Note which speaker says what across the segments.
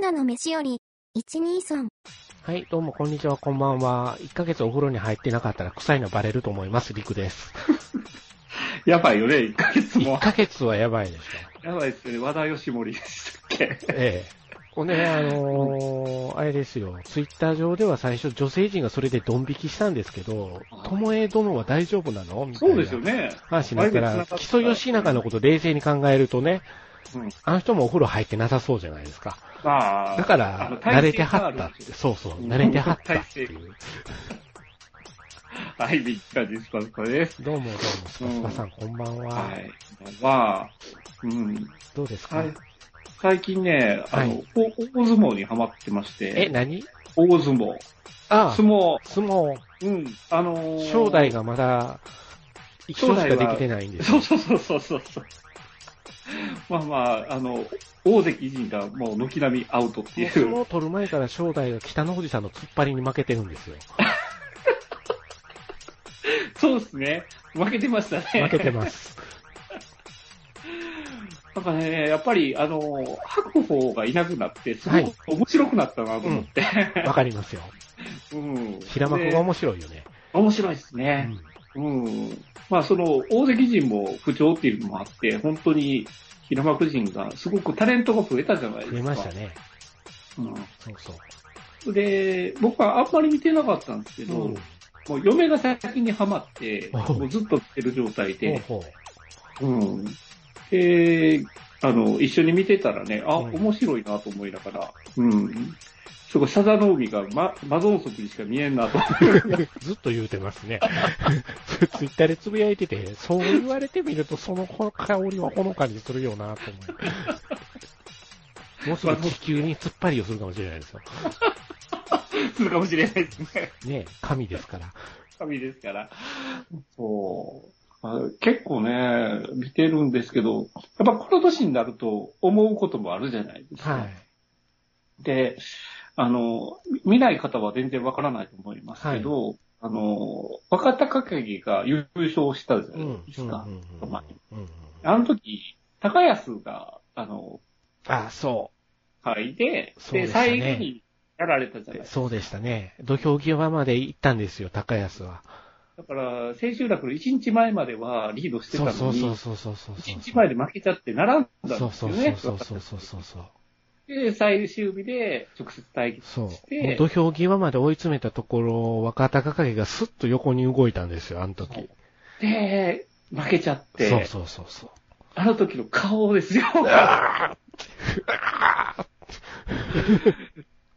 Speaker 1: ナの飯より、123。
Speaker 2: はい、どうも、こんにちは、こんばんは。1ヶ月お風呂に入ってなかったら臭いのバレると思います、りくです。
Speaker 3: やばいよね、1ヶ月
Speaker 2: 1
Speaker 3: も。
Speaker 2: ヶ月はやばいでしょ。
Speaker 3: やばいですよね、和田義盛でしたっけ。
Speaker 2: ええ。ほんで、あのーあれですよ、ツイッター上では最初女性陣がそれでドン引きしたんですけど
Speaker 3: は、い
Speaker 2: ともえ殿は大丈夫なのみたい
Speaker 3: そ
Speaker 2: な。
Speaker 3: うですよね。
Speaker 2: 話になったら、木曽義仲のこと冷静に考えるとね、
Speaker 3: うん
Speaker 2: あの人もお風呂入ってなさそうじゃないですか。
Speaker 3: まあ、
Speaker 2: だから、慣れてはったって、そうそう、
Speaker 3: うん
Speaker 2: 慣れてはったってい
Speaker 3: 体
Speaker 2: う。
Speaker 3: た。はい、ビッカディスパスコです。
Speaker 2: どうもどうも、スパスパさん、こんばんは。
Speaker 3: はい。まあ、うん。
Speaker 2: どうですか、
Speaker 3: はい最近ね、あの、
Speaker 2: はい
Speaker 3: お大相撲にハマってまし
Speaker 2: え、
Speaker 3: て、
Speaker 2: 何
Speaker 3: 大相撲。
Speaker 2: ああ、
Speaker 3: 相撲、
Speaker 2: 相撲、
Speaker 3: うん、あのー
Speaker 2: 正代がまだ、一度しかできてないんです
Speaker 3: そ
Speaker 2: よ
Speaker 3: う。そうそうそうそうそう。まあまあ、あの、大関偉人がもう軒並みアウトってい
Speaker 2: 相撲
Speaker 3: う。
Speaker 2: を取る前から正代が北の富士さんの突っ張りに負けてるんですよ。
Speaker 3: そうですね。負けてましたね。
Speaker 2: 負けてます。
Speaker 3: なんかね、やっぱり、あの、白鵬がいなくなって、す
Speaker 2: はい
Speaker 3: ごく面白くなったなと思って。
Speaker 2: わかりますよ。
Speaker 3: うん。
Speaker 2: 平幕
Speaker 3: で
Speaker 2: が面白いよね。
Speaker 3: 面白いです
Speaker 2: う
Speaker 3: ね。
Speaker 2: ん。
Speaker 3: うん。まあ、その、大関陣も不調っていうのもあって、本当に平幕陣が、すごくタレントが増えたじゃないですか。
Speaker 2: 増えましたね。
Speaker 3: う
Speaker 2: そうそう。
Speaker 3: ん。で、僕はあんまり見てなかったんですけど、
Speaker 2: うん
Speaker 3: もう嫁が先にハマって、
Speaker 2: おう
Speaker 3: もうずっと見てる状態で、
Speaker 2: ほうほ
Speaker 3: うん。で、あの、一緒に見てたらね、あ、
Speaker 2: うん
Speaker 3: 面白いなと思いながら、うん。すごい、サザノ海がママゾンソクにしか見えんなと。
Speaker 2: うずっと言うてますね。 ツイッターでつぶやいてて、そう言われてみると、その香りはほのかにするよなと思う。もうすぐ地球に突っ張りをするかもしれないですよ。
Speaker 3: するかもしれないですね。
Speaker 2: ねえ神ですから。
Speaker 3: 神ですから。そう。あ結構ね、見てるんですけど、やっぱこの年になると思うこともあるじゃないですか。
Speaker 2: はい。
Speaker 3: で、あの、み見ない方は全然わからないと思いますけど、あの、若隆景が優勝したじゃ
Speaker 2: うん。
Speaker 3: な
Speaker 2: うん
Speaker 3: いで
Speaker 2: う
Speaker 3: す
Speaker 2: ん
Speaker 3: か。
Speaker 2: うんうん
Speaker 3: あの時、高安が、あの、
Speaker 2: あ、そ
Speaker 3: はいで、
Speaker 2: そう
Speaker 3: で、
Speaker 2: でしたね。
Speaker 3: 最後にやられたじゃないうですか。
Speaker 2: そうでしたね。土俵際まで行ったんですよ、高安は。
Speaker 3: だから、千秋楽の1日前まではリードして
Speaker 2: そう
Speaker 3: た
Speaker 2: そ
Speaker 3: の
Speaker 2: う
Speaker 3: に、
Speaker 2: そ
Speaker 3: 1
Speaker 2: うそうそうそう。
Speaker 3: 日前で負けちゃって並んだん
Speaker 2: そう
Speaker 3: です
Speaker 2: そ
Speaker 3: よ
Speaker 2: う
Speaker 3: ね。
Speaker 2: そうそうそうそうそう。
Speaker 3: で、最終日で直接対決。
Speaker 2: そう。
Speaker 3: して
Speaker 2: もう土俵際まで追い詰めたところ、若隆景がスッと横に動いたんですよ、あの時。
Speaker 3: はいで、負けちゃって、
Speaker 2: そうそうそうそう。
Speaker 3: あの時の顔で すよ。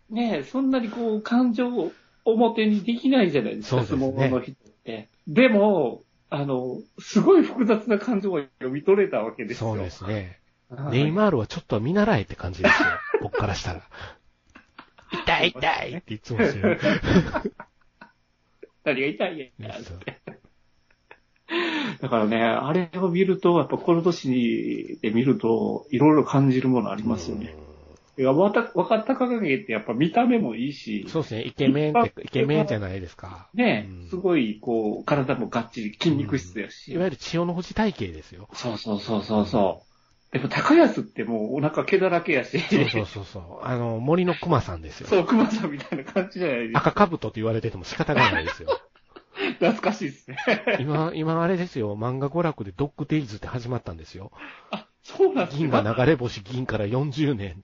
Speaker 3: ねえ、そんなにこう、感情を表にできないじゃないですか、
Speaker 2: そうです
Speaker 3: 相
Speaker 2: ね
Speaker 3: 撲の人って。でも、あの、すごい複雑な感情を読み取れたわけですよ。
Speaker 2: そうで。すね。
Speaker 3: はい、
Speaker 2: ネイマールはちょっと見習えって感じ ですよ。僕からしたら。痛い痛いっていつもする。
Speaker 3: 何が痛いんや。だからね、あれを見ると、やっぱこの年で見ると、いろいろ感じるものありますよね。いや、わた、若隆景ってやっぱ見た目もいいし、
Speaker 2: そうですね、イケメンって、イケメンじゃないですか。
Speaker 3: ね
Speaker 2: うん
Speaker 3: すごい、こう、体もがっちり筋肉質やし。
Speaker 2: いわゆる千代の星体型ですよ。
Speaker 3: そうそうそうそうそう。でも高安ってもうお腹毛だらけやし、
Speaker 2: そうそうそうそう。あの、森の熊さんですよ。
Speaker 3: そう、熊さんみたいな感じじゃないですか。
Speaker 2: 赤兜と言われてても仕方がないですよ。
Speaker 3: 懐かしいですね。
Speaker 2: 今、今あれですよ、漫画娯楽でドッグデイズって始まったんですよ。
Speaker 3: そうなんです
Speaker 2: 銀
Speaker 3: よ。
Speaker 2: が
Speaker 3: な
Speaker 2: 流れ星銀から40年。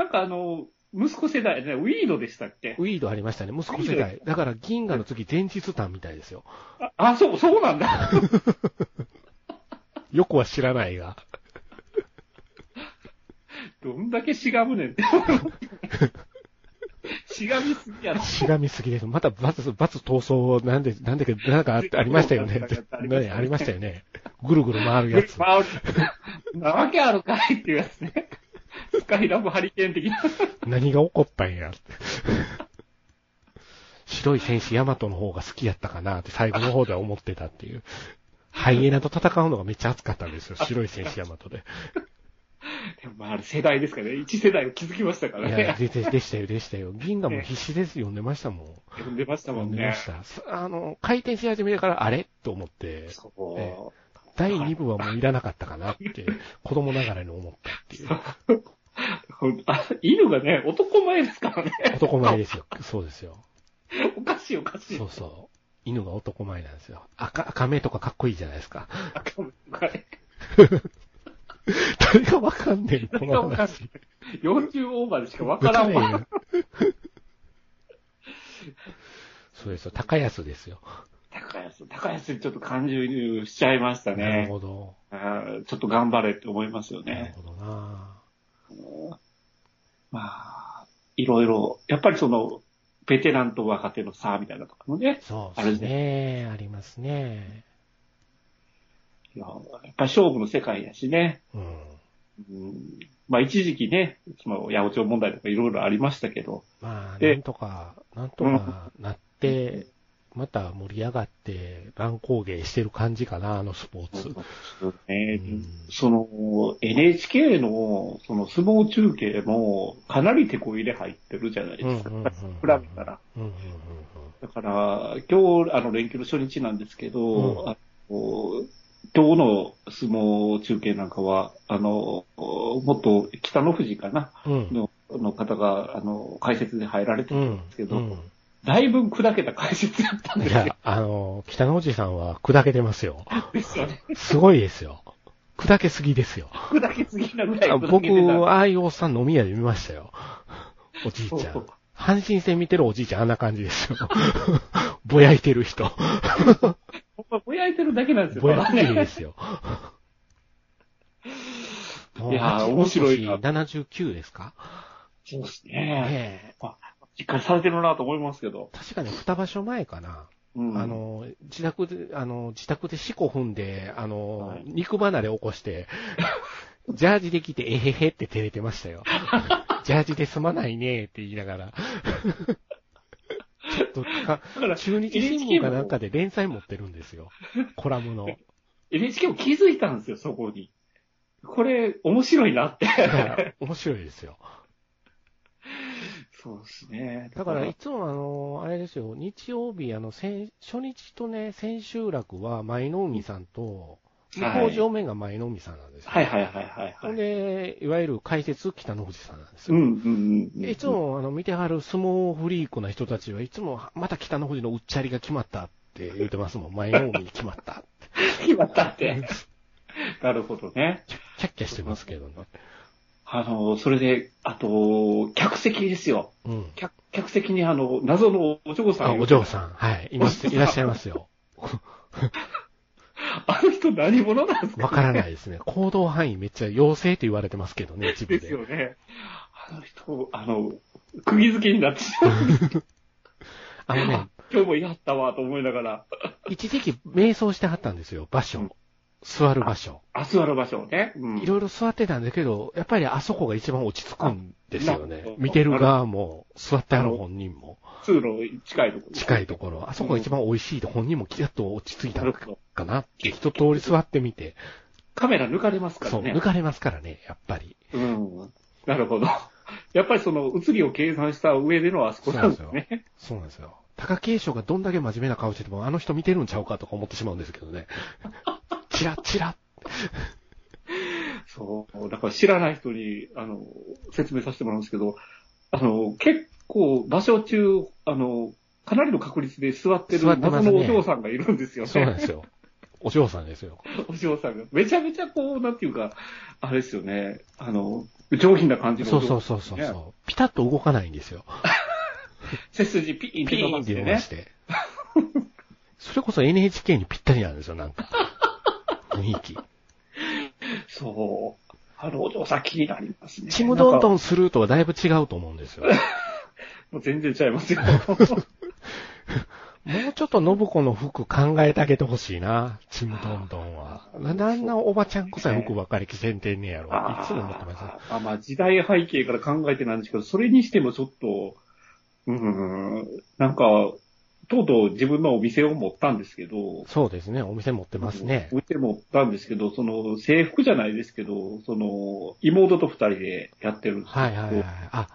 Speaker 3: んかあの、息子世代ね、ウィードでしたっけ
Speaker 2: ウィードありましたね、息子世
Speaker 3: ウィードで
Speaker 2: 代。だから銀河の次前日譚みたいですよ。
Speaker 3: ああ、そう、そうなんだ。
Speaker 2: よくは知らないが。
Speaker 3: どんだけしが むねんって。しがみすぎやろ。
Speaker 2: しがみすぎです。また罰、罰闘争、なんで、なんでか、なんかあ ありましたよね。ねありましたよね。ぐるぐる回るやつ。
Speaker 3: 回る。なわけあるかいっていうやつね。スカイラブハリケーン的な。
Speaker 2: 何が起こったんや。白い戦士ヤマトの方が好きやったかなって最後の方では思ってたっていう。ハイエナと戦うのがめっちゃ熱かったんですよ。白い戦士ヤマトで。
Speaker 3: でもまあ、あれ世代ですからね。一世代を築きましたか
Speaker 2: い
Speaker 3: ら
Speaker 2: や、
Speaker 3: ね。
Speaker 2: でででしたよ、でしたよ。銀河も必死です。読んでましたもん。
Speaker 3: 読んでましたも
Speaker 2: 読
Speaker 3: ん
Speaker 2: んでま
Speaker 3: ね
Speaker 2: し。た。すあの、回転し始めてから、あれと思って、
Speaker 3: そう。
Speaker 2: え第2部はもういらなかったかなって、子供ながらに思ったっていう。
Speaker 3: あ犬がね、男前ですからね。
Speaker 2: 男前ですよ。そうですよ。
Speaker 3: おかしいおかしい
Speaker 2: そ。うそう。犬が男前なんですよ。赤、赤目とかかっこいいじゃないですか。
Speaker 3: 赤目はい
Speaker 2: 誰がわかんねえ、こ
Speaker 3: 誰が
Speaker 2: の
Speaker 3: わかんね
Speaker 2: 話。
Speaker 3: 40オーバーでしかわ
Speaker 2: わ
Speaker 3: からんわ。
Speaker 2: かんねえよそうですよ。高安ですよ。
Speaker 3: 高安、高安にちょっと感情しちゃいました
Speaker 2: なる
Speaker 3: ね。
Speaker 2: ほど。
Speaker 3: あーちょっと頑張れって思いますよ
Speaker 2: なる
Speaker 3: ね。
Speaker 2: ほどな
Speaker 3: まあ、いろいろ、やっぱりその、ベテランと若手の差みたいなところもね。
Speaker 2: そうですね。ありますね。
Speaker 3: いややっぱり勝負の世界やしね。
Speaker 2: うん。
Speaker 3: うんまあ一時期ね、その、八百長問題とかいろいろありましたけど、
Speaker 2: まあ、
Speaker 3: で
Speaker 2: なんとか、なんとかなって、また盛り上がって、乱高下してる感じかな、あのスポーツ。
Speaker 3: ね
Speaker 2: うん
Speaker 3: その、NHK の、その、相撲中継も、かなり手こ入れ入ってるじゃないですか。比べたら。。
Speaker 2: うんうんうん
Speaker 3: だから、今日、あの、連休の初日なんですけど、
Speaker 2: うん
Speaker 3: あの今日の相撲中継なんかは、あの、もっと北の富士かな、
Speaker 2: うんうん。
Speaker 3: のの方が、あの、解説で入られて
Speaker 2: う
Speaker 3: たん
Speaker 2: ん
Speaker 3: ですけ。ど、
Speaker 2: うん
Speaker 3: だいぶ砕けた解説だったんで
Speaker 2: い
Speaker 3: すよ
Speaker 2: や、あの、北のおじさんは砕けてますよ。
Speaker 3: ですよね。
Speaker 2: すごいですよ。砕けすぎですよ。
Speaker 3: 砕けすぎなぐらい
Speaker 2: あ
Speaker 3: 砕
Speaker 2: 僕
Speaker 3: けてた。、
Speaker 2: ああいうおっさん飲み屋で見ましたよ。 おじいちゃ
Speaker 3: そ
Speaker 2: ん
Speaker 3: う。
Speaker 2: 阪神戦見てるおじいちゃん、あんな感じですよ。 ぼやいてる 人。
Speaker 3: ほんまぼやいてるだけなんですよ。
Speaker 2: ぼやってるんで
Speaker 3: ね
Speaker 2: すよ。
Speaker 3: いやー面白いな
Speaker 2: 79ですか
Speaker 3: そうですね。
Speaker 2: ええ。
Speaker 3: しっかりされてるなと思いますけど。
Speaker 2: 確かね、二場所前かな。
Speaker 3: うん
Speaker 2: あ、の、自宅で、あの、自宅で四股踏んで、あの、
Speaker 3: はい
Speaker 2: 肉離れ起こして、 ジャージできて、えへへって照れてました よ。ジャージで済まないねって言いながら。 ちょっとか
Speaker 3: だから、
Speaker 2: 中日新聞かなんかで連載持ってるんです よ。コラムの。
Speaker 3: NHK も気づいたんですよ、そこに。これ、面白いなって。
Speaker 2: だから面白いですよ。
Speaker 3: そうですね。
Speaker 2: だから、いつもあの、あれですよ、日曜日、あの、先初日とね、千秋楽は舞の海さんと、
Speaker 3: はい
Speaker 2: 向上面が舞の海さんなんですよ。
Speaker 3: はいはいはいはい、
Speaker 2: ほ
Speaker 3: は
Speaker 2: ん
Speaker 3: い。
Speaker 2: で、いわゆる解説、北の富士さんなんです
Speaker 3: うん
Speaker 2: よ。
Speaker 3: うんうん。
Speaker 2: いつもあの見てはる相撲フリークな人たちはいつも、また北の富士のうっちゃりが決まったって言ってますも ん。前の海決まったっ。
Speaker 3: 決まったってて。 なるほどね。
Speaker 2: キャッキャしてますけど ね。
Speaker 3: あの、それで、あと、客席ですよ。
Speaker 2: うん。
Speaker 3: 客客席にあの、謎のお嬢さ
Speaker 2: あ、
Speaker 3: ん。
Speaker 2: お嬢さん。はい。います、いらっしゃいますよ。
Speaker 3: ん。あの人何者なんですか
Speaker 2: わからないですね。行動範囲めっちゃ妖精って言われてますけどね、一部
Speaker 3: です
Speaker 2: で。
Speaker 3: よね。あの人、あの、釘付けに なってしまう。
Speaker 2: あのね、
Speaker 3: 今日もやったわと思いながら。
Speaker 2: 一時期瞑想してはったんですよ、場
Speaker 3: うん
Speaker 2: 所。座る場所。
Speaker 3: あ、座る場所をね。うん
Speaker 2: いろいろ座ってたんだけど、やっぱりあそこが一番落ち着くんですよ
Speaker 3: あなる
Speaker 2: ね
Speaker 3: ほ。ど
Speaker 2: 見てる側も、座ってある本人も、
Speaker 3: 通路近いところ。
Speaker 2: 近いところ、あそこが一番美味しいと本人もきちっと落ち着いた
Speaker 3: なるほど
Speaker 2: かなって一通り座ってみて、
Speaker 3: カメラ抜かれますか
Speaker 2: そ
Speaker 3: ら
Speaker 2: う、
Speaker 3: ね。
Speaker 2: 抜かれますからね、やっぱり。
Speaker 3: うん。なるほど。 やっぱりその、移りを計算した上でのあそこなんで
Speaker 2: そ
Speaker 3: す
Speaker 2: うなん
Speaker 3: ね。
Speaker 2: そうなんですよ。貴景勝がどんだけ真面目な顔してても、あの人見てるんちゃうかとか思ってしまうんですけど ね。チラッチラ
Speaker 3: そう。だから知らない人に、あの、説明させてもらうんですけど、あの、結構、場所中、あの、かなりの確率で座ってる
Speaker 2: 座って
Speaker 3: 謎
Speaker 2: ますね
Speaker 3: のお嬢さんがいるんですよ
Speaker 2: ッ。そうなん
Speaker 3: ね。
Speaker 2: です よ。お嬢さんですよ。
Speaker 3: お嬢さんが。めちゃめちゃこう、なんていうか、あれですよね。あの、上品な感じの
Speaker 2: そ
Speaker 3: お嬢
Speaker 2: う
Speaker 3: さ
Speaker 2: そ
Speaker 3: ん。
Speaker 2: うそうそうそう。ピタッと動かないんですよ。
Speaker 3: 背筋ピーンって
Speaker 2: ピー
Speaker 3: 伸
Speaker 2: ン
Speaker 3: ば
Speaker 2: っ
Speaker 3: して
Speaker 2: て伸ば
Speaker 3: ね
Speaker 2: し。て。それこそ NHK にぴったりなんですよ、なん か。雰囲気。
Speaker 3: そう。あの、お嬢さん気になりますね。
Speaker 2: ちむどんど
Speaker 3: なんか
Speaker 2: んするとはだいぶ違うと思うんですよ。
Speaker 3: もう全然ちゃいますよ。
Speaker 2: もうちょっと信子の服考えてあげてほしいな、ちむどんどんは。なんであんなおばちゃん臭い服ばっかり着せんてんねやろ。いつも思ってます。
Speaker 3: あ、まあ時代背景から考えてなんですけど、それにしてもちょっと、うーん、なんか、とうとう自分のお店を持ったんですけど、
Speaker 2: そうですね、お店持ってますね
Speaker 3: お。店持ったんですけど、その制服じゃないですけど、その妹と二人でやってるんですけど
Speaker 2: はいはいはい。あ、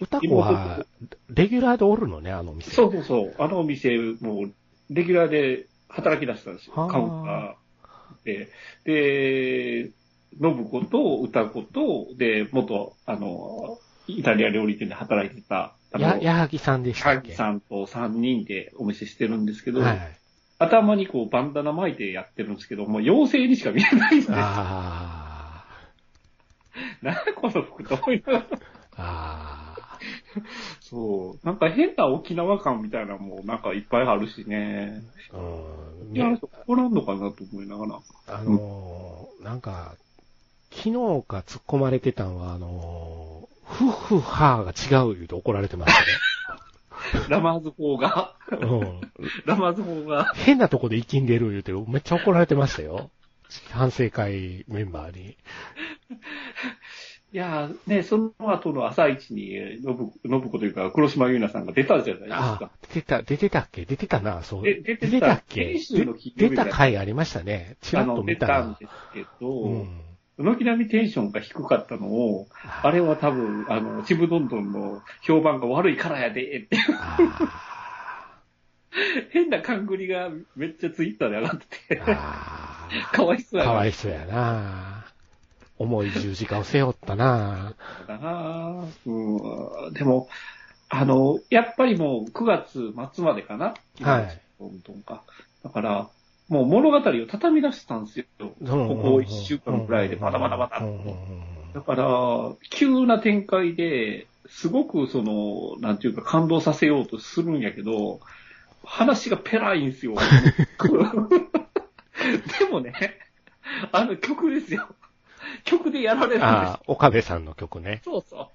Speaker 2: 歌子は、レギュラーでおるのね、あの店。
Speaker 3: そうそうそう、あのお店、もう、レギュラーで働き出したんですよ、
Speaker 2: はあ
Speaker 3: カウンターで。で、信子と歌子と、で、元、あの、イタリア料理店で働いてた、あの
Speaker 2: や、、矢作さんでした
Speaker 3: カ
Speaker 2: っ
Speaker 3: キ
Speaker 2: け
Speaker 3: さんと3人でお店してるんですけど、
Speaker 2: はい。
Speaker 3: 頭にこうバンダナ巻いてやってるんですけど、もう妖精にしか見えないんです。なん
Speaker 2: あ
Speaker 3: だこの服と思いながら。
Speaker 2: あ、あ
Speaker 3: そう。なんか変な沖縄感みたいなのもなんかいっぱいあるしね。
Speaker 2: あ、うん。
Speaker 3: いや、怒らんのかなと思いながら。
Speaker 2: あのーなんか、昨日か突っ込まれてたんは、あのーふっふっはーが違う言うて怒られてまし
Speaker 3: ラマーズ法が、
Speaker 2: たね。うん。
Speaker 3: ラマーズ法が、
Speaker 2: 変なとこで生きんでる言うて、めっちゃ怒られてましたよ。反省会メンバーに。
Speaker 3: いやー、ね、その後の朝一に、えー信子信子というか、黒島優奈さんが出たじゃないです
Speaker 2: あ
Speaker 3: か。、
Speaker 2: 出てた、出てたっけ出てたな、そう。
Speaker 3: で出てた
Speaker 2: たっけ
Speaker 3: 編集の企業
Speaker 2: 出
Speaker 3: み
Speaker 2: 出
Speaker 3: た
Speaker 2: た
Speaker 3: いな
Speaker 2: 回ありましたね。ちら
Speaker 3: あ
Speaker 2: っと
Speaker 3: の、出
Speaker 2: 見た
Speaker 3: たん
Speaker 2: ら。
Speaker 3: ですけど、
Speaker 2: うん。
Speaker 3: 軒並みテンションが低かったのを、あれは多分、あの、ちむどんどんの評判が悪いからやで、って、
Speaker 2: あ
Speaker 3: 変な勘繰りがめっちゃツイッターで上がって
Speaker 2: ー
Speaker 3: て、
Speaker 2: あー
Speaker 3: かわいそうや
Speaker 2: かわ
Speaker 3: ない
Speaker 2: そうやな重い十字架を背負ったな
Speaker 3: かなうん。でも、あの、やっぱりもう9月末までかな
Speaker 2: はい。
Speaker 3: どんどんか。だから、もう物語を畳み出したんですよ。ここ1週間くらいでバタバタバタっ
Speaker 2: うんうんうん
Speaker 3: と。だから、急な展開で、すごくその、なんていうか感動させようとするんやけど、話がペラいんですよ。 でもね、あの曲ですよ。曲でやられるんですよ
Speaker 2: ああ、岡部さんの曲ね。
Speaker 3: そうそ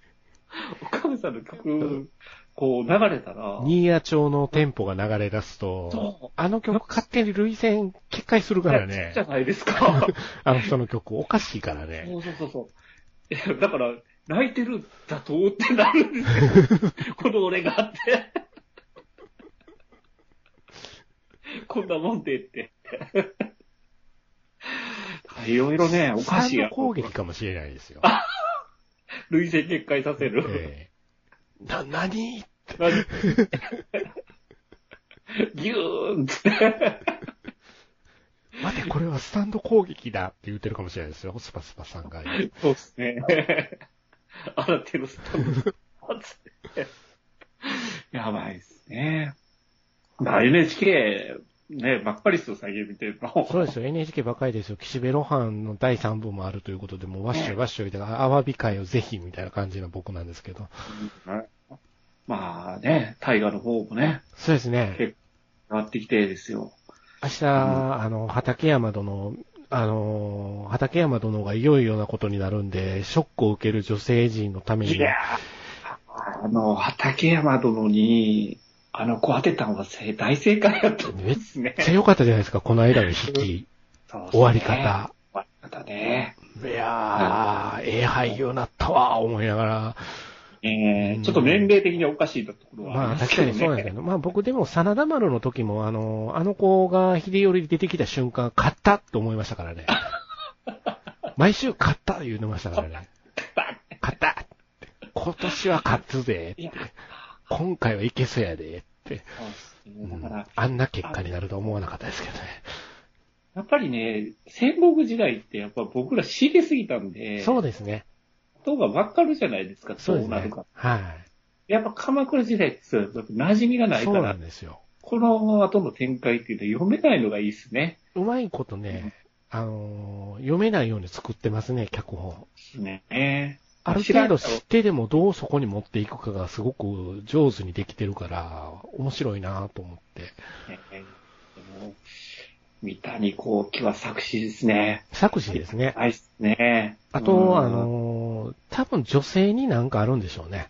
Speaker 3: う。岡部さんの曲、こう流れたら、
Speaker 2: 新谷町の店舗が流れ出すと、
Speaker 3: そ
Speaker 2: あの曲勝手に類線決壊する
Speaker 3: う。
Speaker 2: から
Speaker 3: いや
Speaker 2: ね
Speaker 3: じゃ。ないですか。
Speaker 2: あの人の曲おかしいからね。
Speaker 3: そうそうそうそういや。だから、泣いてるだと思ってなるんですよ。この俺があって。こんなもんでって。いろいろね、おかしい
Speaker 2: 三
Speaker 3: や
Speaker 2: の攻撃かもしれないですよ。
Speaker 3: 類線決壊させる。
Speaker 2: ええな、なに
Speaker 3: 何ギューンって。
Speaker 2: 待て、これはスタンド攻撃だって言ってるかもしれないですよ。スパスパさんが。
Speaker 3: そうですね。 新手のスタンド。やばいですね。まあ NHK、ね、ばっかりですよ、最近見てるの。
Speaker 2: そうですよ。NHK ばっかりですよ。岸辺露伴の第3部もあるということで、もうわっしょいわっしょいで、あアワビ会をぜひみたいな感じの僕なんですけど。
Speaker 3: まあね、大河の方もね、
Speaker 2: そうですね。
Speaker 3: 結変わってきてですよ。
Speaker 2: 明日、あの、畠山殿、あの、畠山殿がいよいよなことになるんで、ショックを受ける女性陣のため
Speaker 3: い
Speaker 2: に
Speaker 3: や、ーあの、畠山殿に、あの子当てたんはせ大正解だったんですね
Speaker 2: めっ。ちゃ良かったじゃないですか、この間の引 き、
Speaker 3: そうですね
Speaker 2: 終わり。方。
Speaker 3: 終わり方ね。
Speaker 2: いやー、ええ俳優なったわ、思いながら。
Speaker 3: え
Speaker 2: うん
Speaker 3: ー、ちょっと年齢的におかしいところはあ
Speaker 2: まあ
Speaker 3: りま
Speaker 2: 確
Speaker 3: すけ
Speaker 2: か
Speaker 3: どね。
Speaker 2: にそうなん ですけど、まあ僕でも、真田丸の時も、あの、あの子が秀頼出てきた瞬間、勝ったと思いましたからね。 毎週勝った言うてましたからね。勝ったって今年は勝つぜっ
Speaker 3: い
Speaker 2: て
Speaker 3: や。
Speaker 2: 今回はいけそうやでって。
Speaker 3: そうです
Speaker 2: う
Speaker 3: ね。だ
Speaker 2: ん
Speaker 3: から、
Speaker 2: あんな結果になるとは思わなかったですけどね。
Speaker 3: やっぱりね、戦国時代ってやっぱ僕ら知りすぎたんで、
Speaker 2: そうですね。
Speaker 3: ことがわかるじゃないですか、
Speaker 2: そ
Speaker 3: そう
Speaker 2: で
Speaker 3: う
Speaker 2: す
Speaker 3: なる
Speaker 2: ね
Speaker 3: か。。
Speaker 2: は。
Speaker 3: やっぱ鎌倉時代ってそうやっぱ馴染みがないい
Speaker 2: そ
Speaker 3: か
Speaker 2: うな
Speaker 3: ら、
Speaker 2: んですよ。
Speaker 3: この後の展開っていうのは読めないのがいいですね。
Speaker 2: うまいことね、あのー読めないように作ってますね、脚本。
Speaker 3: ね。
Speaker 2: ある程度知ってでもどうそこに持っていくかがすごく上手にできてるから、面白いなと思って。
Speaker 3: ねでも三谷幸喜は作詞ですね。
Speaker 2: 作詞ですね。
Speaker 3: はいですね。
Speaker 2: あ
Speaker 3: うん
Speaker 2: と、あ、のー多分女性になんかあるんでしょうね。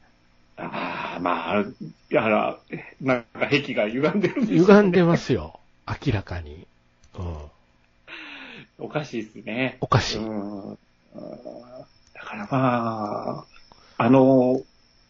Speaker 3: ああ、まあ、だから、なんか壁が歪んでるんですよ
Speaker 2: 歪んでますよ。明らかに。うん。
Speaker 3: おかしいですね。
Speaker 2: おかし
Speaker 3: う
Speaker 2: い。
Speaker 3: んだからまあ、あの、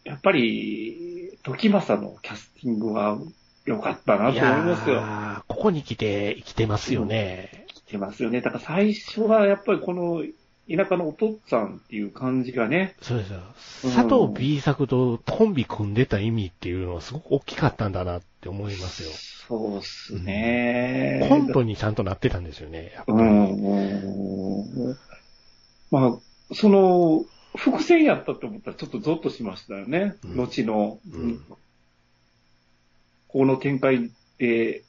Speaker 3: やっぱり、時政のキャスティングは良かったなと思いますよ。
Speaker 2: ーここに来て生きてますよね。
Speaker 3: 来てますよね。だから最初はやっぱりこの田舎のお父っつぁんっていう感じがね、
Speaker 2: そうですよ。
Speaker 3: うん
Speaker 2: 佐藤 B 作とコンビ組んでた意味っていうのはすごく大きかったんだなって思いますよ。
Speaker 3: そうっすね。
Speaker 2: コントにちゃんとなってたんですよね。やっぱ
Speaker 3: う
Speaker 2: り
Speaker 3: んうん。まあ、その、伏線やったと思ったらちょっとゾッとしましたよね。
Speaker 2: うん
Speaker 3: 後の、
Speaker 2: うん
Speaker 3: この展開で、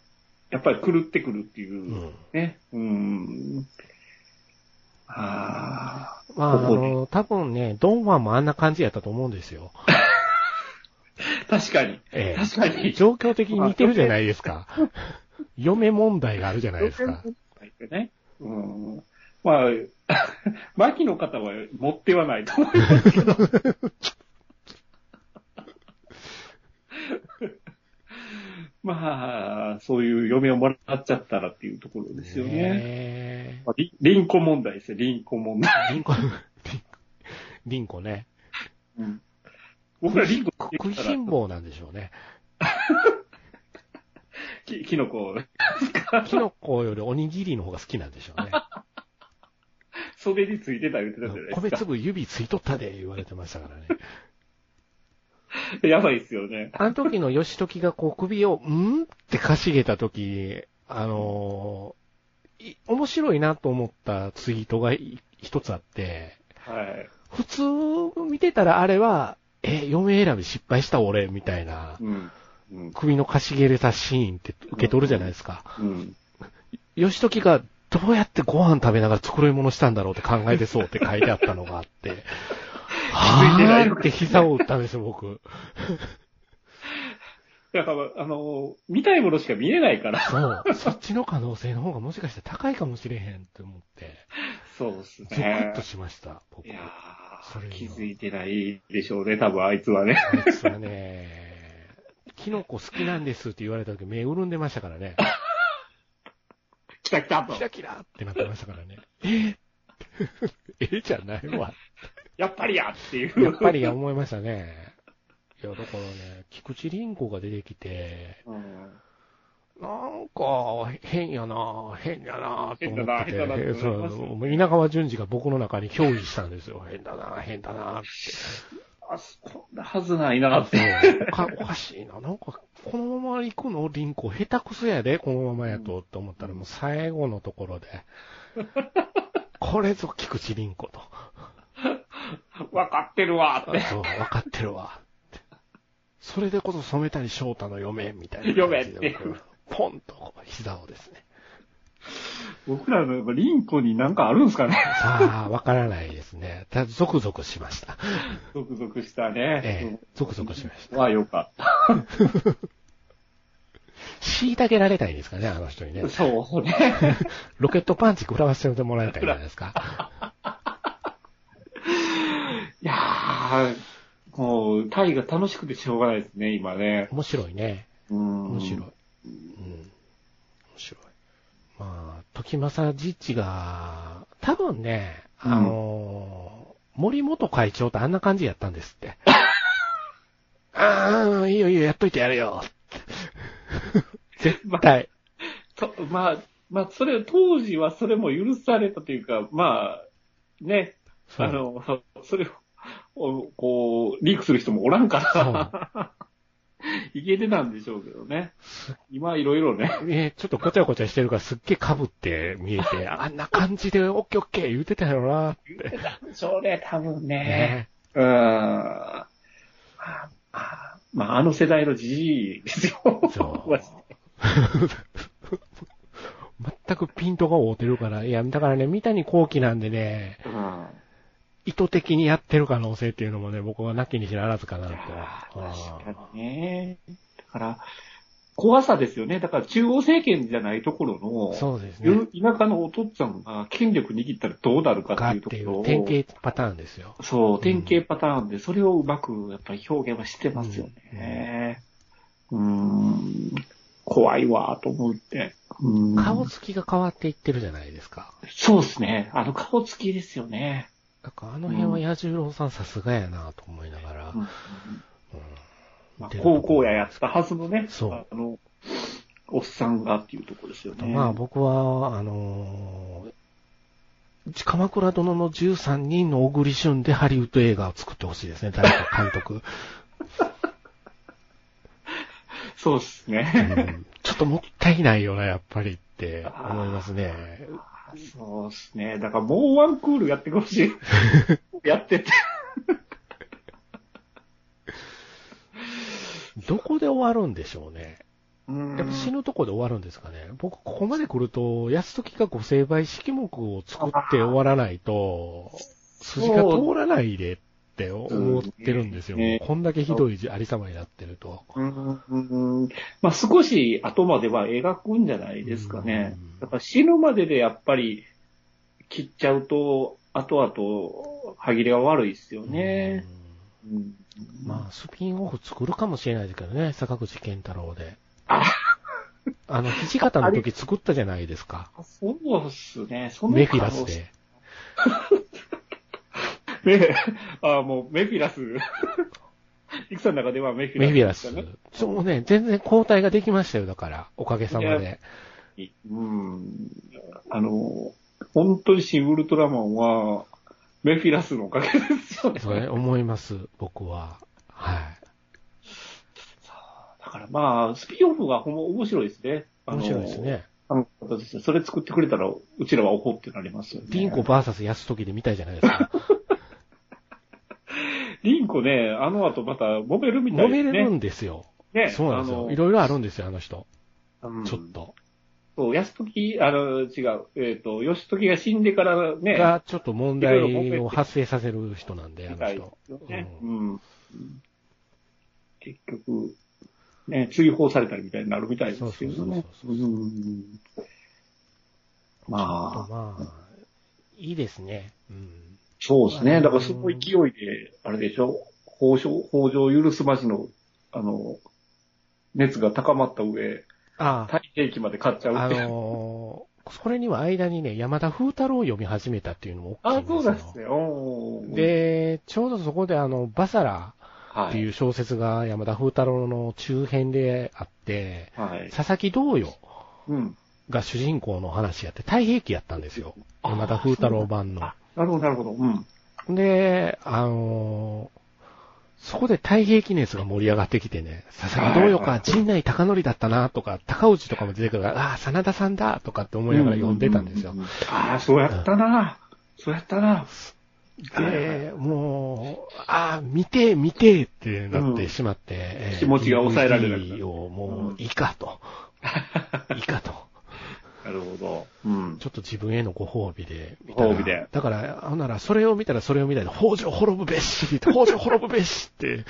Speaker 3: やっぱり狂ってくるっていうう、
Speaker 2: ん。
Speaker 3: ね。うん。ああ。
Speaker 2: まあ、あ
Speaker 3: ここで
Speaker 2: の、多分ね、ドンファンもあんな感じやったと思うんですよ。
Speaker 3: 確かに。
Speaker 2: え
Speaker 3: 確かに。
Speaker 2: 状況的に似てるじゃないですか。 嫁問題があるじゃないですか。
Speaker 3: ね。うん。まあ、 牧の方は持ってはないと思いますけど。 まあ、そういう嫁をもらっちゃったらっていうところですよね。
Speaker 2: ね
Speaker 3: まあリリンコ問題ですよ、リンコ問題。
Speaker 2: え。リンコ、リンコリンコね。
Speaker 3: うん、僕らリンコって
Speaker 2: 食
Speaker 3: 言
Speaker 2: い
Speaker 3: った
Speaker 2: し
Speaker 3: ら
Speaker 2: ん坊なんでしょう ね。
Speaker 3: き、キノコ、
Speaker 2: キノコよりおにぎりの方が好きなんでしょうね。
Speaker 3: 袖についてた言ってたじゃない
Speaker 2: 米
Speaker 3: です
Speaker 2: 粒指ついとったで言われてましたからね。
Speaker 3: か。やばいですよね。
Speaker 2: あの時の義時がこう首を、んってかしげた時、あのーい面白いなと思ったツイートがい一つあって、
Speaker 3: はい。
Speaker 2: 普通見てたらあれは、え、嫁選び失敗した俺みたいな、
Speaker 3: うん。うん。
Speaker 2: 首のかしげれたシーンって受け取るじゃないですか。
Speaker 3: うん。
Speaker 2: 義時がどうやってご飯食べながら作り物したんだろうって考えてそうって書いてあったのがあって、
Speaker 3: づいてな
Speaker 2: はいーって膝を打ったんですよ、僕。
Speaker 3: だから、あの、見たいものしか見えないから。
Speaker 2: そう。そっちの可能性の方がもしかしたら高いかもしれへんって思って、
Speaker 3: そうです
Speaker 2: ゾクッ
Speaker 3: ね
Speaker 2: と。しました、僕。
Speaker 3: いや
Speaker 2: それ
Speaker 3: ー
Speaker 2: は
Speaker 3: 気づいてないでしょうね、多分あいつはね。
Speaker 2: あいつはね、キノコ好きなんですって言われた時目潤んでましたからね。
Speaker 3: 来た来たと
Speaker 2: キラキラってなってましたからね。えええじゃないわ。
Speaker 3: やっぱりやっていう。
Speaker 2: やっぱりや思いましたね。いや、だからね、菊池凛子が出てきて、
Speaker 3: うん
Speaker 2: なんか、変やな変やなと思ってて
Speaker 3: 変だな変だなって
Speaker 2: そ
Speaker 3: 思いますよね
Speaker 2: う、もう稲川淳二が僕の中に憑依したんですよ。変だな変だなって。
Speaker 3: あ、こんなはずないなって。
Speaker 2: そうおかおかしいな。なんか、このまま行くの凛子、下手くそやで、このままやと、って思ったら、もう最後のとこ ろで。これぞ菊池凛子と。
Speaker 3: わかってるわって。
Speaker 2: そう、分かってるわ。ってそれでこそ染谷翔太の嫁みたいな感じで。
Speaker 3: 嫁っていう
Speaker 2: 僕ポンとこう膝をですね。
Speaker 3: 僕らのやっぱリンコになんかあるんですか ね。
Speaker 2: さあ、わからないですね。ただ、ゾクゾクしました。
Speaker 3: ゾクゾクしたね。
Speaker 2: ええ、ゾクゾクしまし。
Speaker 3: はよかった
Speaker 2: 虐げられたいんですかね、あの人にね
Speaker 3: た。。そうね。
Speaker 2: ロケットパンチ食らわせてもらいたいじゃないですか。
Speaker 3: いやー、もう、タイが楽しくてしょうがないですね、今ね。
Speaker 2: 面白いね。
Speaker 3: うん。
Speaker 2: 面白い。うん。面白い。まあ、時政実地が、多分ね、あのー森元会長とあんな感じやったんですって。ああ、いいよいいよ、やっといてやるよ。絶対。
Speaker 3: と、まあ、まあ、それ、当時はそれも許されたというか、まあ、ね、
Speaker 2: そう
Speaker 3: あの、そそれを、こう、リークする人もおらんから、いけてたんでしょうけ どね。今、いろいろね。
Speaker 2: ね、ちょっとごちゃごちゃしてるからすっげえ被って見え て、あんな感じでオッケーオッケー言うてたやろな。
Speaker 3: それ、多分ね。
Speaker 2: ね
Speaker 3: うん。まあ、まあ、あの世代のじじいですよ。
Speaker 2: そう。全くピントが合うてるから、いや、だからね、三谷幸喜なんでね、
Speaker 3: うん
Speaker 2: 意図的にやってる可能性っていうのもね、僕はなきにしらあらずかなと。
Speaker 3: 確かにね。だから、怖さですよね。だから中央政権じゃないところ
Speaker 2: うん
Speaker 3: の、
Speaker 2: そうですね。
Speaker 3: 田舎のお父っつぁんが権力握ったらどうなるか
Speaker 2: か
Speaker 3: っ
Speaker 2: って
Speaker 3: いうと
Speaker 2: て
Speaker 3: こ
Speaker 2: い
Speaker 3: ろ
Speaker 2: う
Speaker 3: を。
Speaker 2: 典型パターンですよ。
Speaker 3: そう、典型パターンで、それをうまくやっぱり表現はしてますよね。うーん、怖いわ、と思って。うーん
Speaker 2: 顔つきが変わっていってるじゃないですか。
Speaker 3: そうですね。あの顔つきですよね。
Speaker 2: なんかあの辺は矢十郎さんさすがやなと思いながら。
Speaker 3: うん
Speaker 2: う
Speaker 3: まあ
Speaker 2: ん
Speaker 3: 高校ややったはずのね、
Speaker 2: そう
Speaker 3: あの、おっさんがっていうところですよね。
Speaker 2: まあ僕は、あのー鎌倉殿の13人の小栗旬でハリウッド映画を作ってほしいですね、誰か監督。
Speaker 3: そうです
Speaker 2: う
Speaker 3: ね。
Speaker 2: んちょっともったいないよな、やっぱりって思いますね。
Speaker 3: そうですね。だからもうワンクールやってほ しい。やってて。
Speaker 2: どこで終わるんでしょうね。
Speaker 3: うん
Speaker 2: やっぱ死ぬとこで終わるんですかね。僕、ここまで来ると、安時がご成敗式目を作って終わらないと、筋が通らないでって思ってるんですよ。
Speaker 3: そうですね
Speaker 2: こんだけひどいありさまになってると。
Speaker 3: うんうんうんまあ少し後までは描くんじゃないですかね
Speaker 2: うん。
Speaker 3: だから死ぬまででやっぱり切っちゃうと、後々歯切れが悪いですよね。うん
Speaker 2: うん。まあ、スピンオフ作るかもしれないですけどね、坂口健太郎で。
Speaker 3: あ
Speaker 2: あの、土方の時作ったじゃないですか。
Speaker 3: あそうっすね。その
Speaker 2: メフィラスで。
Speaker 3: ね あもうメフィラス。 いくさんの中ではメフィラス、
Speaker 2: メフィラス。そうね、全然交代ができましたよ、だから。おかげさま
Speaker 3: い
Speaker 2: で。
Speaker 3: うん。あの、本当にシン・ウルトラマンは、メフィラスのおかげですよね。
Speaker 2: それ思います、僕は。はい。
Speaker 3: だからまあ、スピンオフがほんま面白いですね。あの
Speaker 2: 面白いです。ね。
Speaker 3: あの方ですね。それ作ってくれたら、うちらは怒ってなりますよね。
Speaker 2: ピンコ。VS 安時で見たいじゃないですか。
Speaker 3: リンコね、あの後また揉めるみた
Speaker 2: 揉
Speaker 3: い
Speaker 2: め
Speaker 3: ですね。
Speaker 2: れるんですよ。
Speaker 3: ね。
Speaker 2: そうなんです
Speaker 3: あ
Speaker 2: よ。
Speaker 3: の
Speaker 2: いろいろあるんですよ、あの人。
Speaker 3: うん
Speaker 2: ちょっと。
Speaker 3: そう、安時、あの、違う、えっ、と、義時が死んでからね、
Speaker 2: が、ちょっと問
Speaker 3: いろいろ揉め
Speaker 2: 題
Speaker 3: て
Speaker 2: を発生させる人なんで、あの
Speaker 3: みたいで
Speaker 2: 人。
Speaker 3: すよね。
Speaker 2: う
Speaker 3: うん。結局、ね、追放されたりみたいになるみたいですけどね。
Speaker 2: そうそうそうそう
Speaker 3: う
Speaker 2: ん
Speaker 3: まあ、
Speaker 2: まあ、いいですね。うん。
Speaker 3: そうです
Speaker 2: あ
Speaker 3: ね。
Speaker 2: のー
Speaker 3: だからその勢いで、あれでしょ、北条、北条許すまじの、あの、熱が高まった上、
Speaker 2: あ
Speaker 3: 大平期まで買っちゃ
Speaker 2: あ、
Speaker 3: う
Speaker 2: あ
Speaker 3: っていう。
Speaker 2: のーそれには間にね、山田風太郎を読み始めたっていうのも 大
Speaker 3: あ
Speaker 2: きいん
Speaker 3: そう
Speaker 2: ですよ。
Speaker 3: ですね。おー、
Speaker 2: で、ちょうどそこであの、バサラ
Speaker 3: は
Speaker 2: ってい
Speaker 3: い。
Speaker 2: う小説が山田風太郎の中編であって、
Speaker 3: はい。
Speaker 2: 佐々木道よ
Speaker 3: うん。
Speaker 2: が主人公の話やって、太平記やったんですよ。
Speaker 3: あー
Speaker 2: 山田風太郎版の
Speaker 3: あ。なるほど、なるほど。うん。
Speaker 2: で、あのーそこで太平記熱が盛り上がってきてね、佐々木どうよ
Speaker 3: はいは
Speaker 2: か、陣内貴則だったなとか、高内とかも出てくるから、ああ、真田さんだとかって思いながら読んでたんですよ
Speaker 3: う。う。ううああ、そうやったな。そうやったな。
Speaker 2: で、もう、ああ、見て、見てってなってしまって、えー
Speaker 3: 気持ちが抑えられなくなる
Speaker 2: DVD をも
Speaker 3: う、
Speaker 2: うんいいか と。いいかと。
Speaker 3: なるほど。うん。
Speaker 2: ちょっと自分へのご褒美で、み
Speaker 3: ご褒美で
Speaker 2: だから、あんなら、それを見たらそれを見たら、北条滅ぶべしって、北条滅ぶべしって、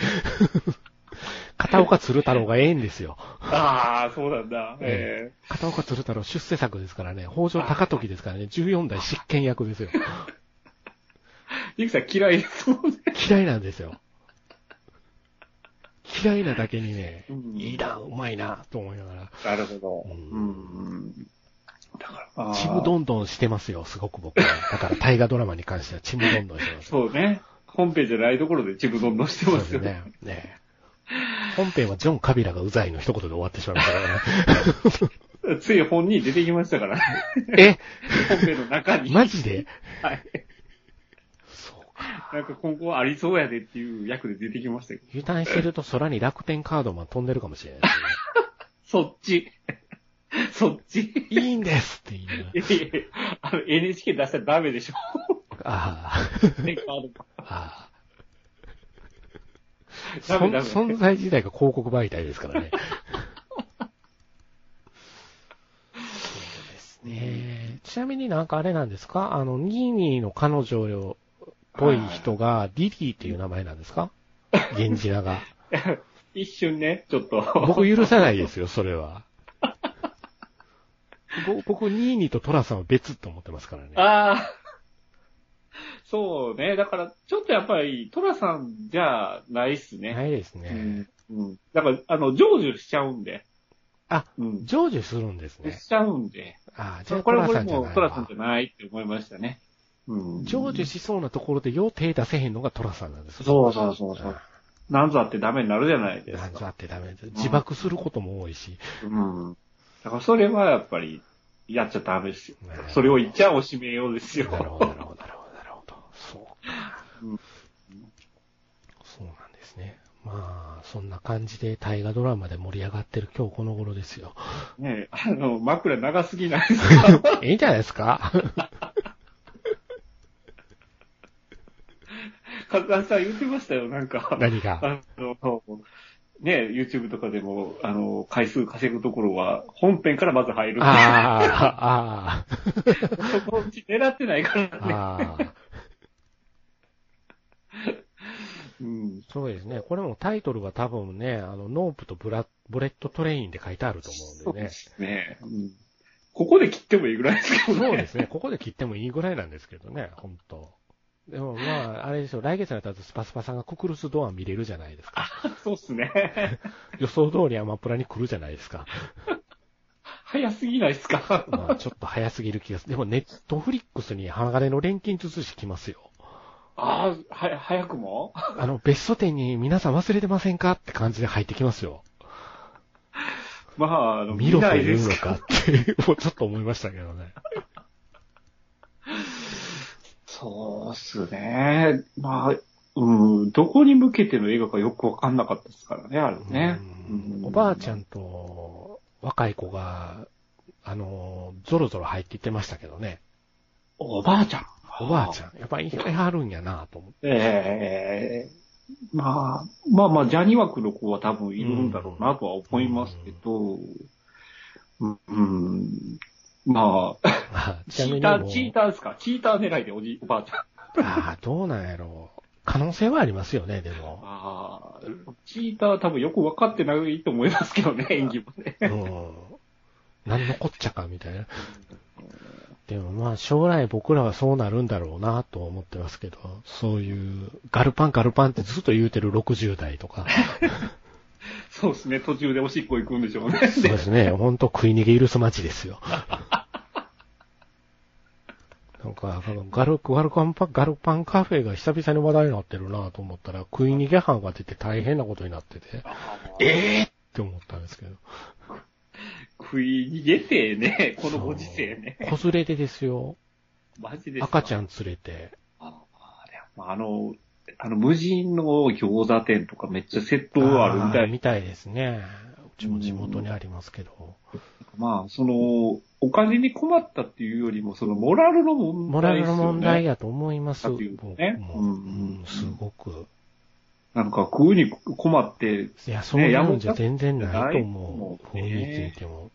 Speaker 2: 片岡鶴太郎がええんですよ。
Speaker 3: ああ、そうなんだ。え
Speaker 2: 片岡鶴太郎出世作ですからね、北条高時ですからね、14代執権役ですよ。
Speaker 3: え。ゆきさん嫌いそうね。
Speaker 2: 嫌いなんですよ。嫌いなだけにね
Speaker 3: う、ん
Speaker 2: いいな、うまいな、と思いながら、
Speaker 3: なるほ
Speaker 2: う
Speaker 3: ど。
Speaker 2: ん
Speaker 3: うん。だから、あー
Speaker 2: ちむどんどんしてますよ、すごく僕は。だから、大河ドラマに関してはちむどんどんしてます。
Speaker 3: そうね。本編じゃないところでちぶどんどんして
Speaker 2: そう
Speaker 3: ま
Speaker 2: ですす
Speaker 3: よね。
Speaker 2: ね。ね本編はジョン・カビラがうざいの一言で終わってしまいました
Speaker 3: つい本人出てきましたか ら、
Speaker 2: からね。
Speaker 3: 本編の中
Speaker 2: え、
Speaker 3: に。
Speaker 2: マジで
Speaker 3: はい。
Speaker 2: そう
Speaker 3: なんか今後ありそうやでっていう役で出てきましたけど。
Speaker 2: 油断してると空に楽天カードマン飛んでるかもしれないです
Speaker 3: そっち。 そっち。
Speaker 2: ね、いいんですって言いながら
Speaker 3: いやいやあの NHK 出したらダメでしょ。
Speaker 2: あ
Speaker 3: ねカード
Speaker 2: あ、ああ。そ
Speaker 3: ダメダメ
Speaker 2: 存在自体が広告媒体ですからね。そうですね。ちなみになんかあれなんですかあの、ニーニーの彼女っぽい人が、リリーっていう名前なんです か源氏名が。
Speaker 3: 一瞬ね、ちょっと。
Speaker 2: 僕許さないですよ、それは。ぼ僕、ニーニーとトラさんは別と思ってますからね。
Speaker 3: ああ。そうね。だから、ちょっとやっぱり、トラさんじゃないっすね。
Speaker 2: ないです
Speaker 3: う
Speaker 2: ね。
Speaker 3: ん。うん。だから、あの、成就しちゃうんで。
Speaker 2: あ、
Speaker 3: うん。
Speaker 2: 成就するんですね。
Speaker 3: しちゃうんで。
Speaker 2: ああ、じゃあ
Speaker 3: こ
Speaker 2: ト
Speaker 3: れ
Speaker 2: ラ
Speaker 3: は
Speaker 2: さ
Speaker 3: 俺
Speaker 2: んじゃ
Speaker 3: もう
Speaker 2: ない
Speaker 3: トラさん
Speaker 2: わ
Speaker 3: じ。ゃないって思いましたね。うん。
Speaker 2: 成就しそうなところでよう手出せへんのがトラさんなんです
Speaker 3: そうそうそうそう。なんぞあってダメになるじゃないです
Speaker 2: なん
Speaker 3: か。
Speaker 2: あってダメです。自爆することも多いし。
Speaker 3: うん。だからそれはやっぱり、やっちゃダメですよ
Speaker 2: ね。
Speaker 3: それを言っちゃおしめようです
Speaker 2: な
Speaker 3: よ。
Speaker 2: るほど、なるほど、なるほど、なるほど。そう
Speaker 3: うん
Speaker 2: か。そうなんですね。まあ、そんな感じで大河ドラマで盛り上がってる今日この頃です よ。
Speaker 3: ねえ、あの、枕長すぎないです か
Speaker 2: いいんじゃないですか
Speaker 3: かずはさん言ってましたよ、なんか。
Speaker 2: 何 が。
Speaker 3: あの、ねえ、YouTube とかでも、あの、回数稼ぐところは、本編からまず入る。
Speaker 2: ああ、あ
Speaker 3: そこうち狙ってないから
Speaker 2: あ、
Speaker 3: ね。
Speaker 2: ああ。
Speaker 3: うん。
Speaker 2: そうですね。これもタイトルは多分ね、あの、ノープとブラ、ブレットトレインで書いてあると思
Speaker 3: そううん
Speaker 2: で
Speaker 3: で
Speaker 2: ね。
Speaker 3: すね。うんここで切ってもいいぐらいですけどね。
Speaker 2: そうですね。ここで切ってもいいぐらいなんですけどね、本当でもまあ、あれですよ、来月になったらスパスパさんがククルスドアン見れるじゃないですか。
Speaker 3: そうですね。
Speaker 2: 予想通りアマプラに来るじゃないですか。
Speaker 3: 早すぎないですか。
Speaker 2: まあ、ちょっと早すぎる気がする。でも、ネットフリックスに鋼の錬金術師来ますよ。
Speaker 3: ああ、は、早くも
Speaker 2: あの、ベスト10に皆さん忘れてませんかって感じで入ってきますよ。
Speaker 3: まあ、あの、
Speaker 2: 見ろと
Speaker 3: ない
Speaker 2: 言
Speaker 3: で
Speaker 2: う
Speaker 3: す
Speaker 2: の
Speaker 3: け
Speaker 2: か
Speaker 3: ど。
Speaker 2: って、もうちょっと思いましたけどね。
Speaker 3: そうっすね。まあ、うん、どこに向けての映画かよくわかんなかったですからね、あれね。
Speaker 2: うんおばあちゃ
Speaker 3: ん。
Speaker 2: んと若い子が、あの、ゾロゾロ入っていってましたけどね。
Speaker 3: おばあちゃん。
Speaker 2: おばあちゃん。やっぱり生きてはるんやなと思って。
Speaker 3: ええまあ、まあまあ、ジャニ枠の子は多分いるんだろうなとは思いますけど、うん、うんまあ、
Speaker 2: まあ ちな
Speaker 3: チ
Speaker 2: み
Speaker 3: ー
Speaker 2: に
Speaker 3: タ
Speaker 2: も
Speaker 3: ー、
Speaker 2: う
Speaker 3: チーターですかチーター狙いでおじ、おばあちゃん。
Speaker 2: ああ、どうなんやろう。可能性はありますよね、でも。
Speaker 3: ああ、チーター多分よく分かってないと思いますけどね、演技もね。
Speaker 2: うん。何のこっちゃか、みたいな。でもまあ、将来僕らはそうなるんだろうなと思ってますけど、そういう、ガルパンガルパンってずっと言うてる60代とか。
Speaker 3: そうですね、途中でおしっこ行くんでしょうね。
Speaker 2: そうです ね。ほんと食い逃げ許す街ですよ。なんか、あのガル、ガルパンパ、ガルパンカフェが久々に話題になってるなと思ったら、食い逃げ犯が出て大変なことになってて、ええって思ったんですけど。
Speaker 3: 食い逃げてね、このご時世ね。
Speaker 2: 子連れでですよ。
Speaker 3: マジですか
Speaker 2: 赤ちゃん連れて。
Speaker 3: あーあの、あの、無人の餃子店とかめっちゃ窃盗あるみた
Speaker 2: あー
Speaker 3: い。
Speaker 2: みたいですね。うちも地元にありますけど。
Speaker 3: まあ、その、お金に困ったっていうよりも、その、モラルの
Speaker 2: モ
Speaker 3: 問
Speaker 2: ラ
Speaker 3: 題
Speaker 2: ル
Speaker 3: です
Speaker 2: の
Speaker 3: よね。
Speaker 2: 問題やと思います。
Speaker 3: だっていう
Speaker 2: 僕も、
Speaker 3: ね
Speaker 2: うん
Speaker 3: うん
Speaker 2: すごく。
Speaker 3: なんか、食うに困って、
Speaker 2: いや、そういうんじゃ全然ないと思う。雰
Speaker 3: ね
Speaker 2: 囲気
Speaker 3: や
Speaker 2: 見ても。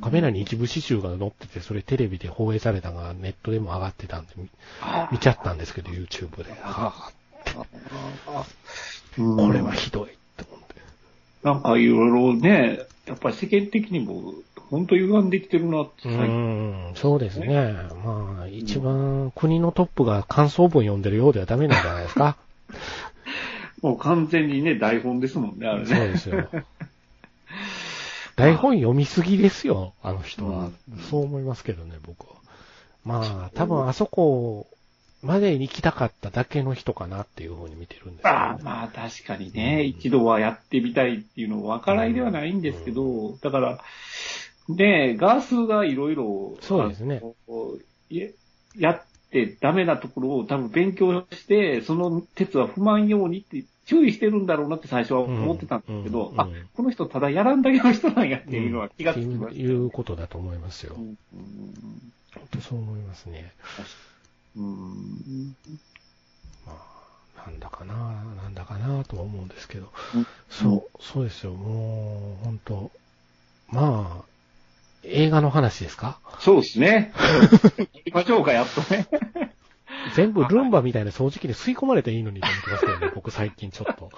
Speaker 2: カメラに一部刺繍が載ってて、それテレビで放映されたが、ネットでも上がってたんで、見
Speaker 3: あ
Speaker 2: 見ちゃったんですけど、YouTube で。はあ、
Speaker 3: ーうん
Speaker 2: これはひどいって思って。
Speaker 3: なんかいろいろね、やっぱり世間的にも、本当歪んできてるなって
Speaker 2: う
Speaker 3: 最近、
Speaker 2: ん、そうですね。まあ、一番国のトップが感想文読んでるようではダメなんじゃないですか。
Speaker 3: もう完全にね、台本ですもんね、あれ
Speaker 2: そう
Speaker 3: ね。
Speaker 2: ですよ。台本読みすぎですよ、あの人は。そう思いますけどね、僕は。まあ、多分あそこまで行きたかっただけの人かなっていうふうに見てるんですけどね
Speaker 3: ああ、まあ確かにね、一度はやってみたいっていうのは分からいではないんですけど、だから、ね、画数がいろいろ、
Speaker 2: そうですね
Speaker 3: あのいえやってダメなところを多分勉強して、その鉄は不満ようにって注意してるんだろうなって最初は思ってたんですけど、
Speaker 2: うんうん
Speaker 3: あ、この人ただやらんだけの人なんやっていうのは気がつき
Speaker 2: うん
Speaker 3: ま
Speaker 2: っ
Speaker 3: してた。
Speaker 2: いうことだと思いますよ。
Speaker 3: う
Speaker 2: 本
Speaker 3: んうん
Speaker 2: 当そう思いますね。
Speaker 3: うん
Speaker 2: なんだかな、なんだかなとは思うんですけど
Speaker 3: うん。
Speaker 2: そう、そうですよ。もう、本当まあ、映画の話ですか
Speaker 3: そうで すね。行きましょうか、やっとね。
Speaker 2: 全部ルンバみたいな掃除機で吸い込まれていいのにと思ってますけど ね、僕最近ちょっと。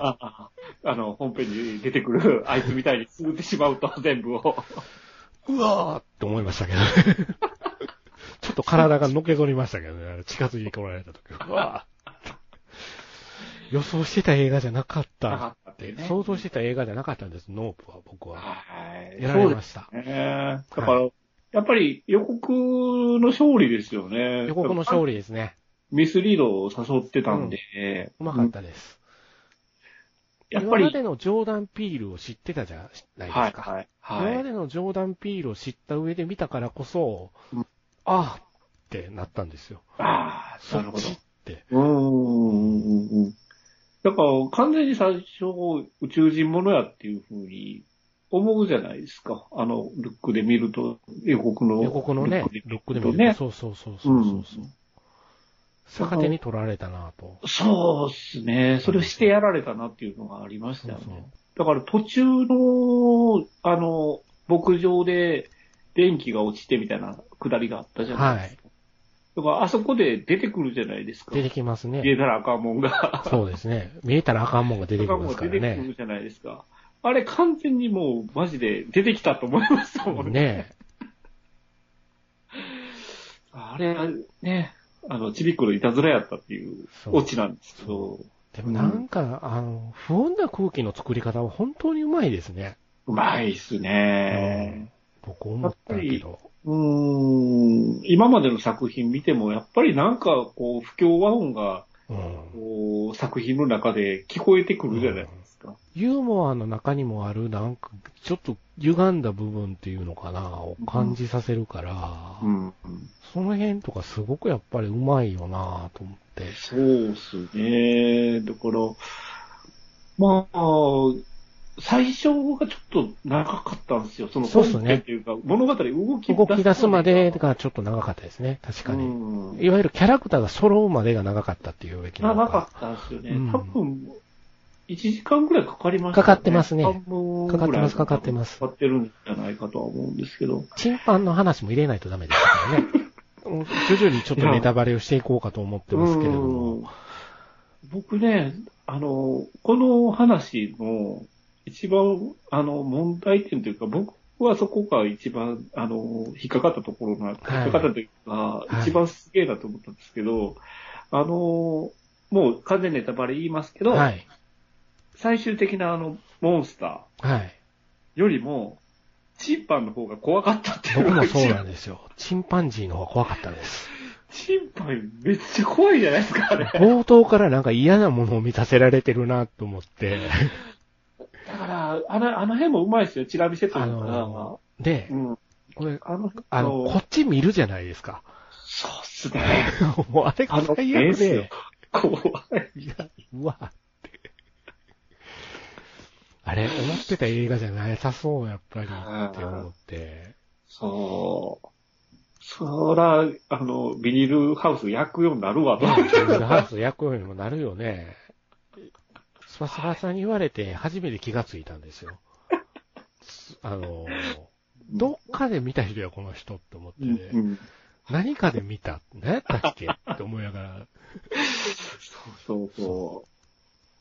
Speaker 3: ああの、本編に出てくるあいつみたいに作ってしまうと、 全部を。
Speaker 2: うわーって思いましたけどね。 ちょっと体がのけぞりましたけどね、あれ近づいてこられた時。うわー予想してた映画じゃなかったって、
Speaker 3: なかったね
Speaker 2: 想像してた映画じゃなかったんです、ノープは僕は。
Speaker 3: はい
Speaker 2: やられました。
Speaker 3: そうですね。だから、やっぱり予告の勝利ですよね。
Speaker 2: 予告の
Speaker 3: 利。
Speaker 2: 勝利ですね。
Speaker 3: ミスリードを誘ってたんで、
Speaker 2: うまかったです。
Speaker 3: やっ
Speaker 2: 今ま
Speaker 3: ぱり、
Speaker 2: でのジョーダン・ピールを知ってたじゃないで
Speaker 3: は
Speaker 2: す
Speaker 3: い、
Speaker 2: か。
Speaker 3: はい、
Speaker 2: 今ま
Speaker 3: は
Speaker 2: でのジョーダン・ピールを知った上で見たからこそ、
Speaker 3: うん
Speaker 2: ああってなったんですよ。
Speaker 3: い。ああ、
Speaker 2: そ
Speaker 3: なる
Speaker 2: っ
Speaker 3: ほど
Speaker 2: ち。って。
Speaker 3: うーんうんうんうん。だから完全に最初宇宙人ものやっていうふうに思うじゃないですか。あの、ルックで見ると、英国の。
Speaker 2: 予告のね、ロックでも
Speaker 3: ね。
Speaker 2: そうそうそうそうそうそう、
Speaker 3: うん
Speaker 2: 逆手に取られたなと。
Speaker 3: そうですね。それをしてやられたなっていうのがありましたよね。
Speaker 2: そうそう
Speaker 3: だから途中の、あの、牧場で電気が落ちてみたいな下りがあったじゃないですか。だからあそこで出てくるじゃないですか。
Speaker 2: 出てきます
Speaker 3: 入れ
Speaker 2: ね。
Speaker 3: たらあかんもんが。
Speaker 2: そうですね。見えたらあかんもんが出てき
Speaker 3: あかん
Speaker 2: ま
Speaker 3: も
Speaker 2: す
Speaker 3: ん
Speaker 2: か
Speaker 3: 出
Speaker 2: ら
Speaker 3: てく
Speaker 2: ね。
Speaker 3: るじゃないですか。あれ完全にもうマジで出てきたと思いましたもんね。
Speaker 2: ね
Speaker 3: あれ、ね、あの、ちびっこのいたずらやったっていう
Speaker 2: そう
Speaker 3: オチなんですけど、
Speaker 2: でもなんか、あの、不穏な空気の作り方は本当にうまいですね。
Speaker 3: うまいっすね。
Speaker 2: 僕思ったけど。
Speaker 3: うーん、今までの作品見ても、やっぱりなんかこう、不協和音が、
Speaker 2: うん。
Speaker 3: こう、作品の中で聞こえてくるじゃないですか。
Speaker 2: ユーモアの中にもある、なんか、ちょっと歪んだ部分っていうのかな、を感じさせるから、
Speaker 3: うん。
Speaker 2: その辺とかすごくやっぱりうまいよなと思って。
Speaker 3: そうっすね。だから、まあ、最初がちょっと長かったんですよ。その
Speaker 2: そうっすね
Speaker 3: 本編っていうか、物語動き
Speaker 2: 動き出すまで
Speaker 3: と
Speaker 2: がちょっと長かったですね、確かに。
Speaker 3: うん
Speaker 2: いわゆるキャラクターが揃うまでが長かったっていうべきな
Speaker 3: な
Speaker 2: の
Speaker 3: な
Speaker 2: か
Speaker 3: か。ったんですよね。
Speaker 2: うん
Speaker 3: 多分、1時間ぐらいかかりました、
Speaker 2: か
Speaker 3: ね。
Speaker 2: かってますね
Speaker 3: 半分ぐらい
Speaker 2: かかってますかかってます
Speaker 3: かかってるんじゃないかとは思うんですけど。
Speaker 2: チンパンの話も入れないとダメですからね。 うん徐々にちょっとネタバレをしていこうかと思ってますけれど
Speaker 3: う
Speaker 2: も
Speaker 3: ん。僕ね、あの、この話の一番、あの、問題点というか、僕はそこが一番、あの、引っかかったところな、引っかかったというか、
Speaker 2: い
Speaker 3: 一番すげえなと思ったんですけど、あの、もう完全ネタバレ言いますけど、
Speaker 2: はい。
Speaker 3: 最終的なあの、モンスター、
Speaker 2: はい。
Speaker 3: よりも、チンパンの方が怖かったっていう
Speaker 2: 僕もそうなんですよ。 チンパンジーの方が怖かったです。
Speaker 3: チンパンめっちゃ怖いじゃないですか、あれ。
Speaker 2: 冒頭からなんか嫌なものを見させられてるなと思って。
Speaker 3: だから、あの、あの辺もうまいですよ、チラ見せと
Speaker 2: あ
Speaker 3: いうか。
Speaker 2: の、で
Speaker 3: う、ん。
Speaker 2: これ、
Speaker 3: あの、
Speaker 2: あの、こっち見るじゃないですか。
Speaker 3: そうっすね。
Speaker 2: もうあれ
Speaker 3: あ
Speaker 2: が
Speaker 3: の、
Speaker 2: 最
Speaker 3: ベー
Speaker 2: 悪
Speaker 3: ス
Speaker 2: で
Speaker 3: よ。。怖い。
Speaker 2: いや、うわって。あれ、思ってた映画じゃなさそう、やっぱりって思って。
Speaker 3: そう。そら、あの、ビニールハウス焼くようになるわ、 と。
Speaker 2: キングハウス焼くようにもなるよね。スパスパさんに言われて初めて気がついたんですよ。あの、どっかで見た人や、この人って思って、
Speaker 3: うんうん。
Speaker 2: 何かで見た、何やったっけって思いながら、
Speaker 3: そうそうそ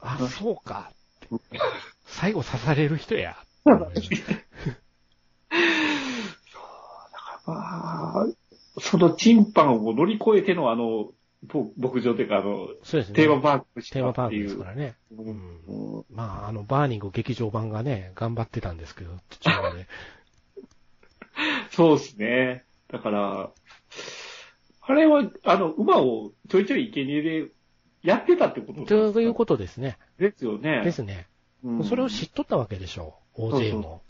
Speaker 2: あ、そうかって。最後刺される人 や。って思いながら
Speaker 3: う。まあ、そのチンパンを乗り越えてのあの、ぼ牧場というか、あの、
Speaker 2: そうですね。
Speaker 3: テーマパークし
Speaker 2: テー
Speaker 3: た
Speaker 2: マパー
Speaker 3: って
Speaker 2: クで
Speaker 3: い
Speaker 2: す
Speaker 3: う
Speaker 2: か。らね。
Speaker 3: う
Speaker 2: うん
Speaker 3: ん
Speaker 2: まあ、あの、バーニング劇場版がね、頑張ってたんですけど、途中まで。
Speaker 3: そうですね。だから、あれは、あの、馬をちょいちょい生贄でやってたってことなんです か
Speaker 2: ということですね。
Speaker 3: ですよね。
Speaker 2: ですね。
Speaker 3: うん
Speaker 2: それを知っとったわけでしょう。大勢も。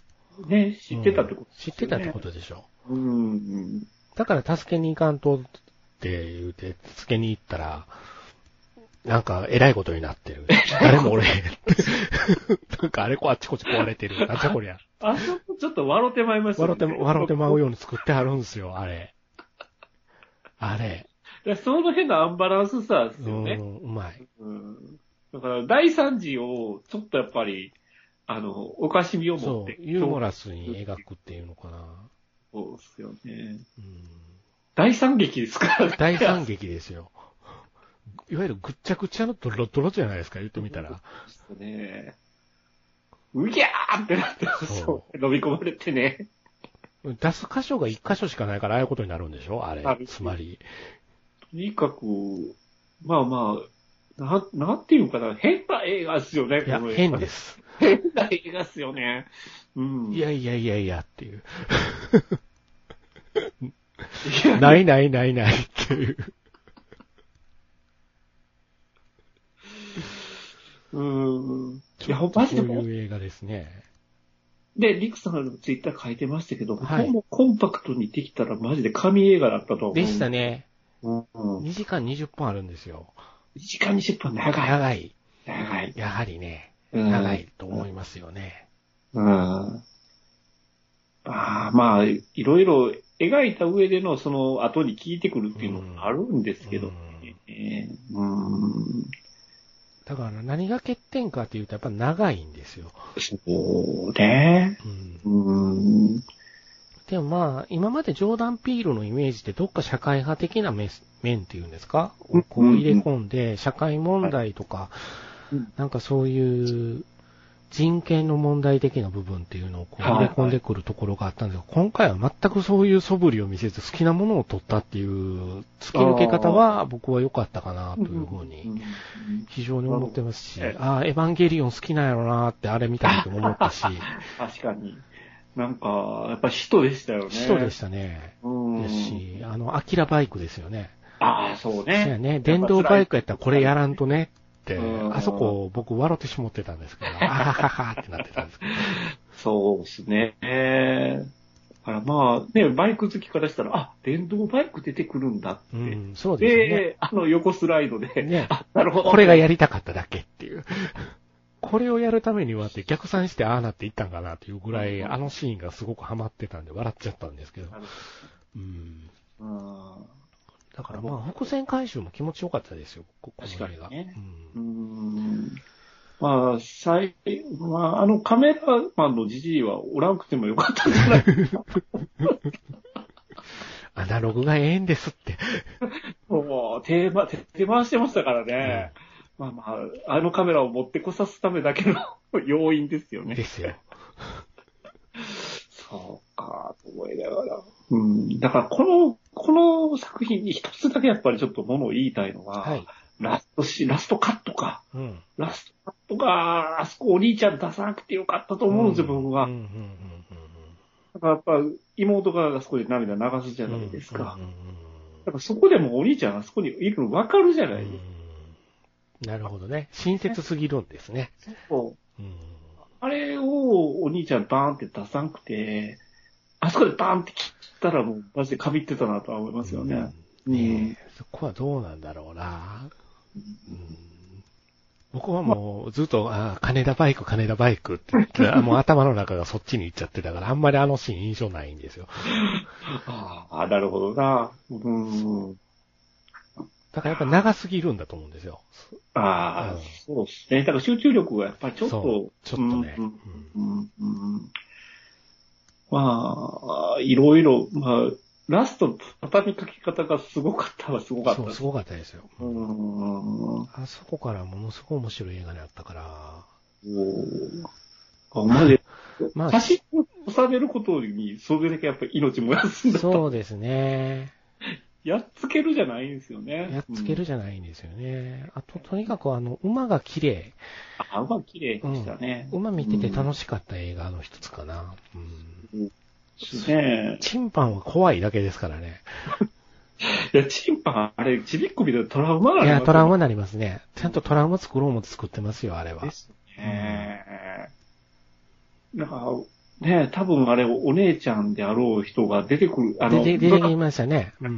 Speaker 3: ね、知ってたってこと、
Speaker 2: 知ってたってことでしょ
Speaker 3: と。うん。
Speaker 2: う。だから、助けに行かんとって言うて、助けに行ったら、なんか、偉いことになって る。誰も俺、 なんか、あれこあっちこっち壊れてる。なんじゃこりゃ。
Speaker 3: あそこちょっと笑ってまいますよ
Speaker 2: 笑
Speaker 3: ね。
Speaker 2: って、笑ってまう
Speaker 3: よ。
Speaker 2: ように作ってあるんですよ、あれ。あれ。
Speaker 3: その辺のアンバランスさです
Speaker 2: う
Speaker 3: よ
Speaker 2: ん
Speaker 3: ね。、
Speaker 2: うまい。
Speaker 3: うん。だから、第三次を、ちょっとやっぱり、あの、おかしみを持
Speaker 2: そ
Speaker 3: っ
Speaker 2: う
Speaker 3: て。、
Speaker 2: ユーモラスに描くっていうのかな。
Speaker 3: そうですよね。
Speaker 2: うん
Speaker 3: 第三劇ですからね。
Speaker 2: 大惨劇ですよ。いわゆるぐっちゃぐちゃのドロドロじゃないですか、言ってみたら。
Speaker 3: そうですね。うぎゃーってなってます、
Speaker 2: そ
Speaker 3: そう飲み込まれてね。
Speaker 2: 出す箇所が一箇所しかないから、ああいうことになるんでしょあれ
Speaker 3: な。る
Speaker 2: つまり。
Speaker 3: とにかく、まあまあ、な、なんていうかな、変な映画っすよね、
Speaker 2: いや
Speaker 3: この、映
Speaker 2: 変
Speaker 3: 画
Speaker 2: です。
Speaker 3: 変な映画っすよね。うん。
Speaker 2: いやいやいやいやっていう。
Speaker 3: いや、
Speaker 2: ないないないないっていう。
Speaker 3: うん。 いや、
Speaker 2: そう
Speaker 3: マジでもう、
Speaker 2: いう映画ですね。
Speaker 3: で、リクさんのツイッター書いてましたけど、
Speaker 2: はい
Speaker 3: ほんまコンパクトにできたらマジで神映画だったと思う。
Speaker 2: でした
Speaker 3: ね。
Speaker 2: ね。
Speaker 3: うん。2
Speaker 2: 2時間20分あるんですよ。
Speaker 3: 時間20分長い。
Speaker 2: 長い。
Speaker 3: 長い。
Speaker 2: やはりね、
Speaker 3: うん
Speaker 2: 長いと思いますよね。
Speaker 3: うん。ああまあ、いろいろ描いた上でのその後に効いてくるっていうのもあるんですけどね。うん。
Speaker 2: だから何が欠点かっていうとやっぱ長いんですよ。
Speaker 3: そうね。
Speaker 2: うん
Speaker 3: うん。
Speaker 2: でもまあ、今までジョーダン・ピールのイメージってどっか社会派的なメス面っていうんですか
Speaker 3: うん
Speaker 2: こう入れ込んで、社会問題とか
Speaker 3: うん、
Speaker 2: なんかそういう人権の問題的な部分っていうのをこう
Speaker 3: はい
Speaker 2: 入れ込んでくるところがあったんですが、今回は全くそういう素振りを見せず好きなものを取ったっていう突き抜け方は僕は良かったかなというふうに
Speaker 3: うん
Speaker 2: 非常に思ってますし、
Speaker 3: なるほ
Speaker 2: ああ、エヴァンゲリオン好きなんやろなってあれ見た時も思った し、
Speaker 3: 確かに。なんか、やっぱ使徒でしたよね。
Speaker 2: 人でしたね。
Speaker 3: うん。
Speaker 2: ですし、あの、アキラバイクですよね。
Speaker 3: ああ、そう
Speaker 2: そうや
Speaker 3: ね。
Speaker 2: ね。電動バイクやったらこれやらんとねって
Speaker 3: う、ん
Speaker 2: あそこ僕笑ってしもってたんです けど、あはははってなってたんですけど。
Speaker 3: そうですね。だからまあ、ね、バイク好きからしたら、あ、電動バイク出てくるんだって。
Speaker 2: うん、そう
Speaker 3: で、
Speaker 2: で
Speaker 3: あの横スライドで、
Speaker 2: すね。ね。
Speaker 3: あ、なるほど。
Speaker 2: これがやりたかっただけっていう。これをやるためにはって逆算してああなっていったんかなっていうぐらい、あのシーンがすごくハマってたんで笑っちゃったんですけど。
Speaker 3: なる
Speaker 2: うん。
Speaker 3: ほどうん
Speaker 2: だからまあ、伏線回収も気持ちよかったですよ、ここの映
Speaker 3: 確
Speaker 2: 画。
Speaker 3: かにね
Speaker 2: うん
Speaker 3: うーんまあ、最、まあ、あのカメラマンのじじいはおらんくてもよかったんじゃない
Speaker 2: アナログがええんですって。
Speaker 3: もう、手間、手手回してましたからね。まあまあ、あのカメラを持ってこさすためだけの要因ですよ
Speaker 2: で
Speaker 3: ね。
Speaker 2: すよ。
Speaker 3: そうか、と思いながら。うん。だから、この、この作品に一つだけやっぱりちょっと物を言いたいのは、
Speaker 2: はい。
Speaker 3: ラストシーンラストカットか。
Speaker 2: うん。
Speaker 3: ラストカットが、あそこお兄ちゃん出さなくてよかったと思うんですよ、僕は
Speaker 2: うん。うんうんうんうん
Speaker 3: だからやっぱ、妹があそこで涙流すじゃ
Speaker 2: うん
Speaker 3: ないですか。
Speaker 2: うんうんうん
Speaker 3: だからそこでもお兄ちゃんあそこにいるの分かるじゃ
Speaker 2: う
Speaker 3: ないで
Speaker 2: んなるほどね。親切すぎるんですね。
Speaker 3: すか。
Speaker 2: うん
Speaker 3: あれをお兄ちゃんバーンって出さなくて、あそこでバーンって切ったらもうマジでかびってたなとは思いますよね。
Speaker 2: うん
Speaker 3: うん
Speaker 2: ねえそこはどうなんだろうな。うん僕はもうずっと、あー金田バイク、金田バイクって言ってた、もう頭の中がそっちに行っちゃってたから、あんまりあのシーン印象ないんですよ。
Speaker 3: ああ、なるほどな。うん。
Speaker 2: だからやっぱ長すぎるんだと思うんですよ。
Speaker 3: ああ、
Speaker 2: うん
Speaker 3: そうですね。だから集中力がやっぱりちょっと
Speaker 2: そ、うちょっとね。
Speaker 3: う
Speaker 2: うんん
Speaker 3: うんうんまあ、いろいろ、まあ、ラストの畳みかけ方がすごかったはすごかった
Speaker 2: そう、すごかったですよ。
Speaker 3: うーん。
Speaker 2: あそこからものすごい面白い映画になったから、
Speaker 3: おまで、
Speaker 2: まあ
Speaker 3: 写真を収めることに、それだけやっぱり命燃やすんだと。
Speaker 2: そうですね。
Speaker 3: やっつけるじゃないんですよね。
Speaker 2: やっつける
Speaker 3: うん。
Speaker 2: じゃないんですよね。あと、とにかくあの、馬が綺麗。
Speaker 3: あ、馬綺麗でしたね。
Speaker 2: 馬見てて楽しかった映画の一つかな。うん。
Speaker 3: ね
Speaker 2: チンパンは怖いだけですからね。
Speaker 3: え。いや、チンパン、あれ、ちびっこみたいなトラウマ
Speaker 2: いや、トラウマ
Speaker 3: マ
Speaker 2: になりますね。ちゃんとトラウマ作ろうも作ってますよ、あれは
Speaker 3: で。すね。だから、ねえ、多分あれ、お姉ちゃんであろう人が出てくる、あの、
Speaker 2: でで出てきましたね。う
Speaker 3: ね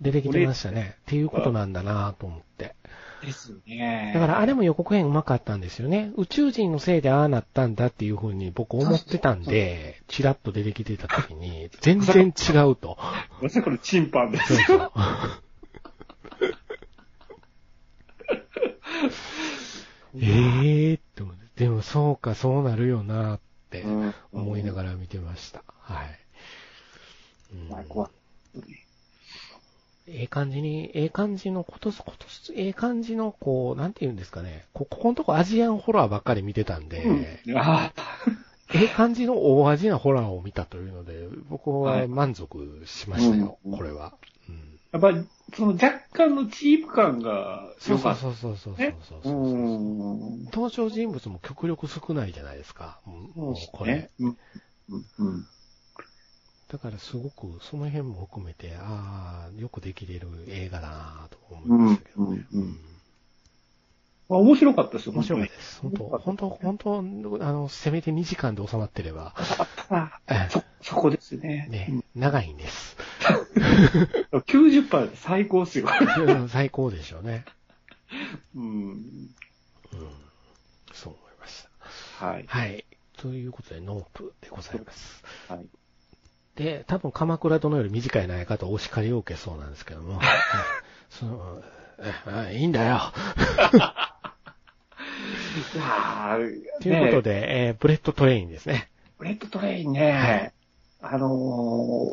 Speaker 2: ん。出てきてましたね。っていうことなんだなと思って。
Speaker 3: ですよね。
Speaker 2: だからあれも予告編うまかったんですよね。宇宙人のせいでああなったんだっていうふうに僕思ってたんで、チラッと出てきてた時に、全然違うと。
Speaker 3: まさかのチンパンです
Speaker 2: そう
Speaker 3: よ。
Speaker 2: そう。 ええって思って、でもそうか、そうなるよなって思いながら見てました。はい。うん
Speaker 3: まあ怖い
Speaker 2: ええ感じに、ええ感じの、今年、今年、ええ感じの、こう、なんて言うんですかね。こここのとこアジアンホラーばっかり見てたんで、え
Speaker 3: うんああ、
Speaker 2: え感じの大味なホラーを見たというので、僕は満足しましたよ、
Speaker 3: うん
Speaker 2: これは。うん
Speaker 3: やっぱり、その若干のチープ感が
Speaker 2: そ
Speaker 3: 良
Speaker 2: うそ
Speaker 3: か
Speaker 2: う
Speaker 3: った。
Speaker 2: そうそうそうそう
Speaker 3: ね
Speaker 2: そう
Speaker 3: う
Speaker 2: そうそう。
Speaker 3: ん。
Speaker 2: 登場人物も極力少ないじゃないですか。もうこれ。。
Speaker 3: うん。うん。
Speaker 2: だからすごくその辺も含めて、ああ、よくできれる映画だなと思いうまし
Speaker 3: ん
Speaker 2: たけ。ど。
Speaker 3: うん。うんまあ面白かったですよ、
Speaker 2: 面白い
Speaker 3: 本
Speaker 2: です。本当、本当、本当、あの、せめて2時間で収まってれば、
Speaker 3: 当にあ
Speaker 2: え
Speaker 3: そ、そこですね。
Speaker 2: え ね、長いん です。
Speaker 3: うん90%で最高っすよ。
Speaker 2: うん最高でしょうね。
Speaker 3: うん。
Speaker 2: うん
Speaker 3: はい。
Speaker 2: はい。ということで、ノープでございます。
Speaker 3: はい。
Speaker 2: で、多分鎌倉殿より短いないかとお叱りを受けそうなんですけど も、はいそのああいいんだよ。
Speaker 3: ああ、
Speaker 2: ということ
Speaker 3: で。
Speaker 2: で、えーブレッドトレインですね。
Speaker 3: ブレッドトレインね、あの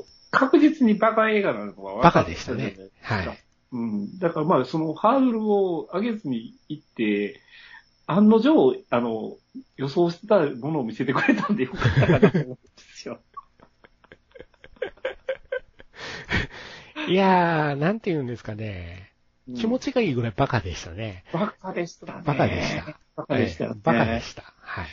Speaker 3: ー確実にバカ映画なのは
Speaker 2: バカでしたね。。はい。
Speaker 3: うん。だからまあ、そのハードルを上げずに行って、案の定、あの、予想してたものを見せてくれたんでよかったかなと思うんですよ。
Speaker 2: いやー、なんて言うんですかね。気持
Speaker 3: ち、
Speaker 2: ちがいいぐらいバカでしたね。
Speaker 3: バカでしたね。
Speaker 2: バカでした。。
Speaker 3: バカでしたよね。
Speaker 2: バカでした。はい。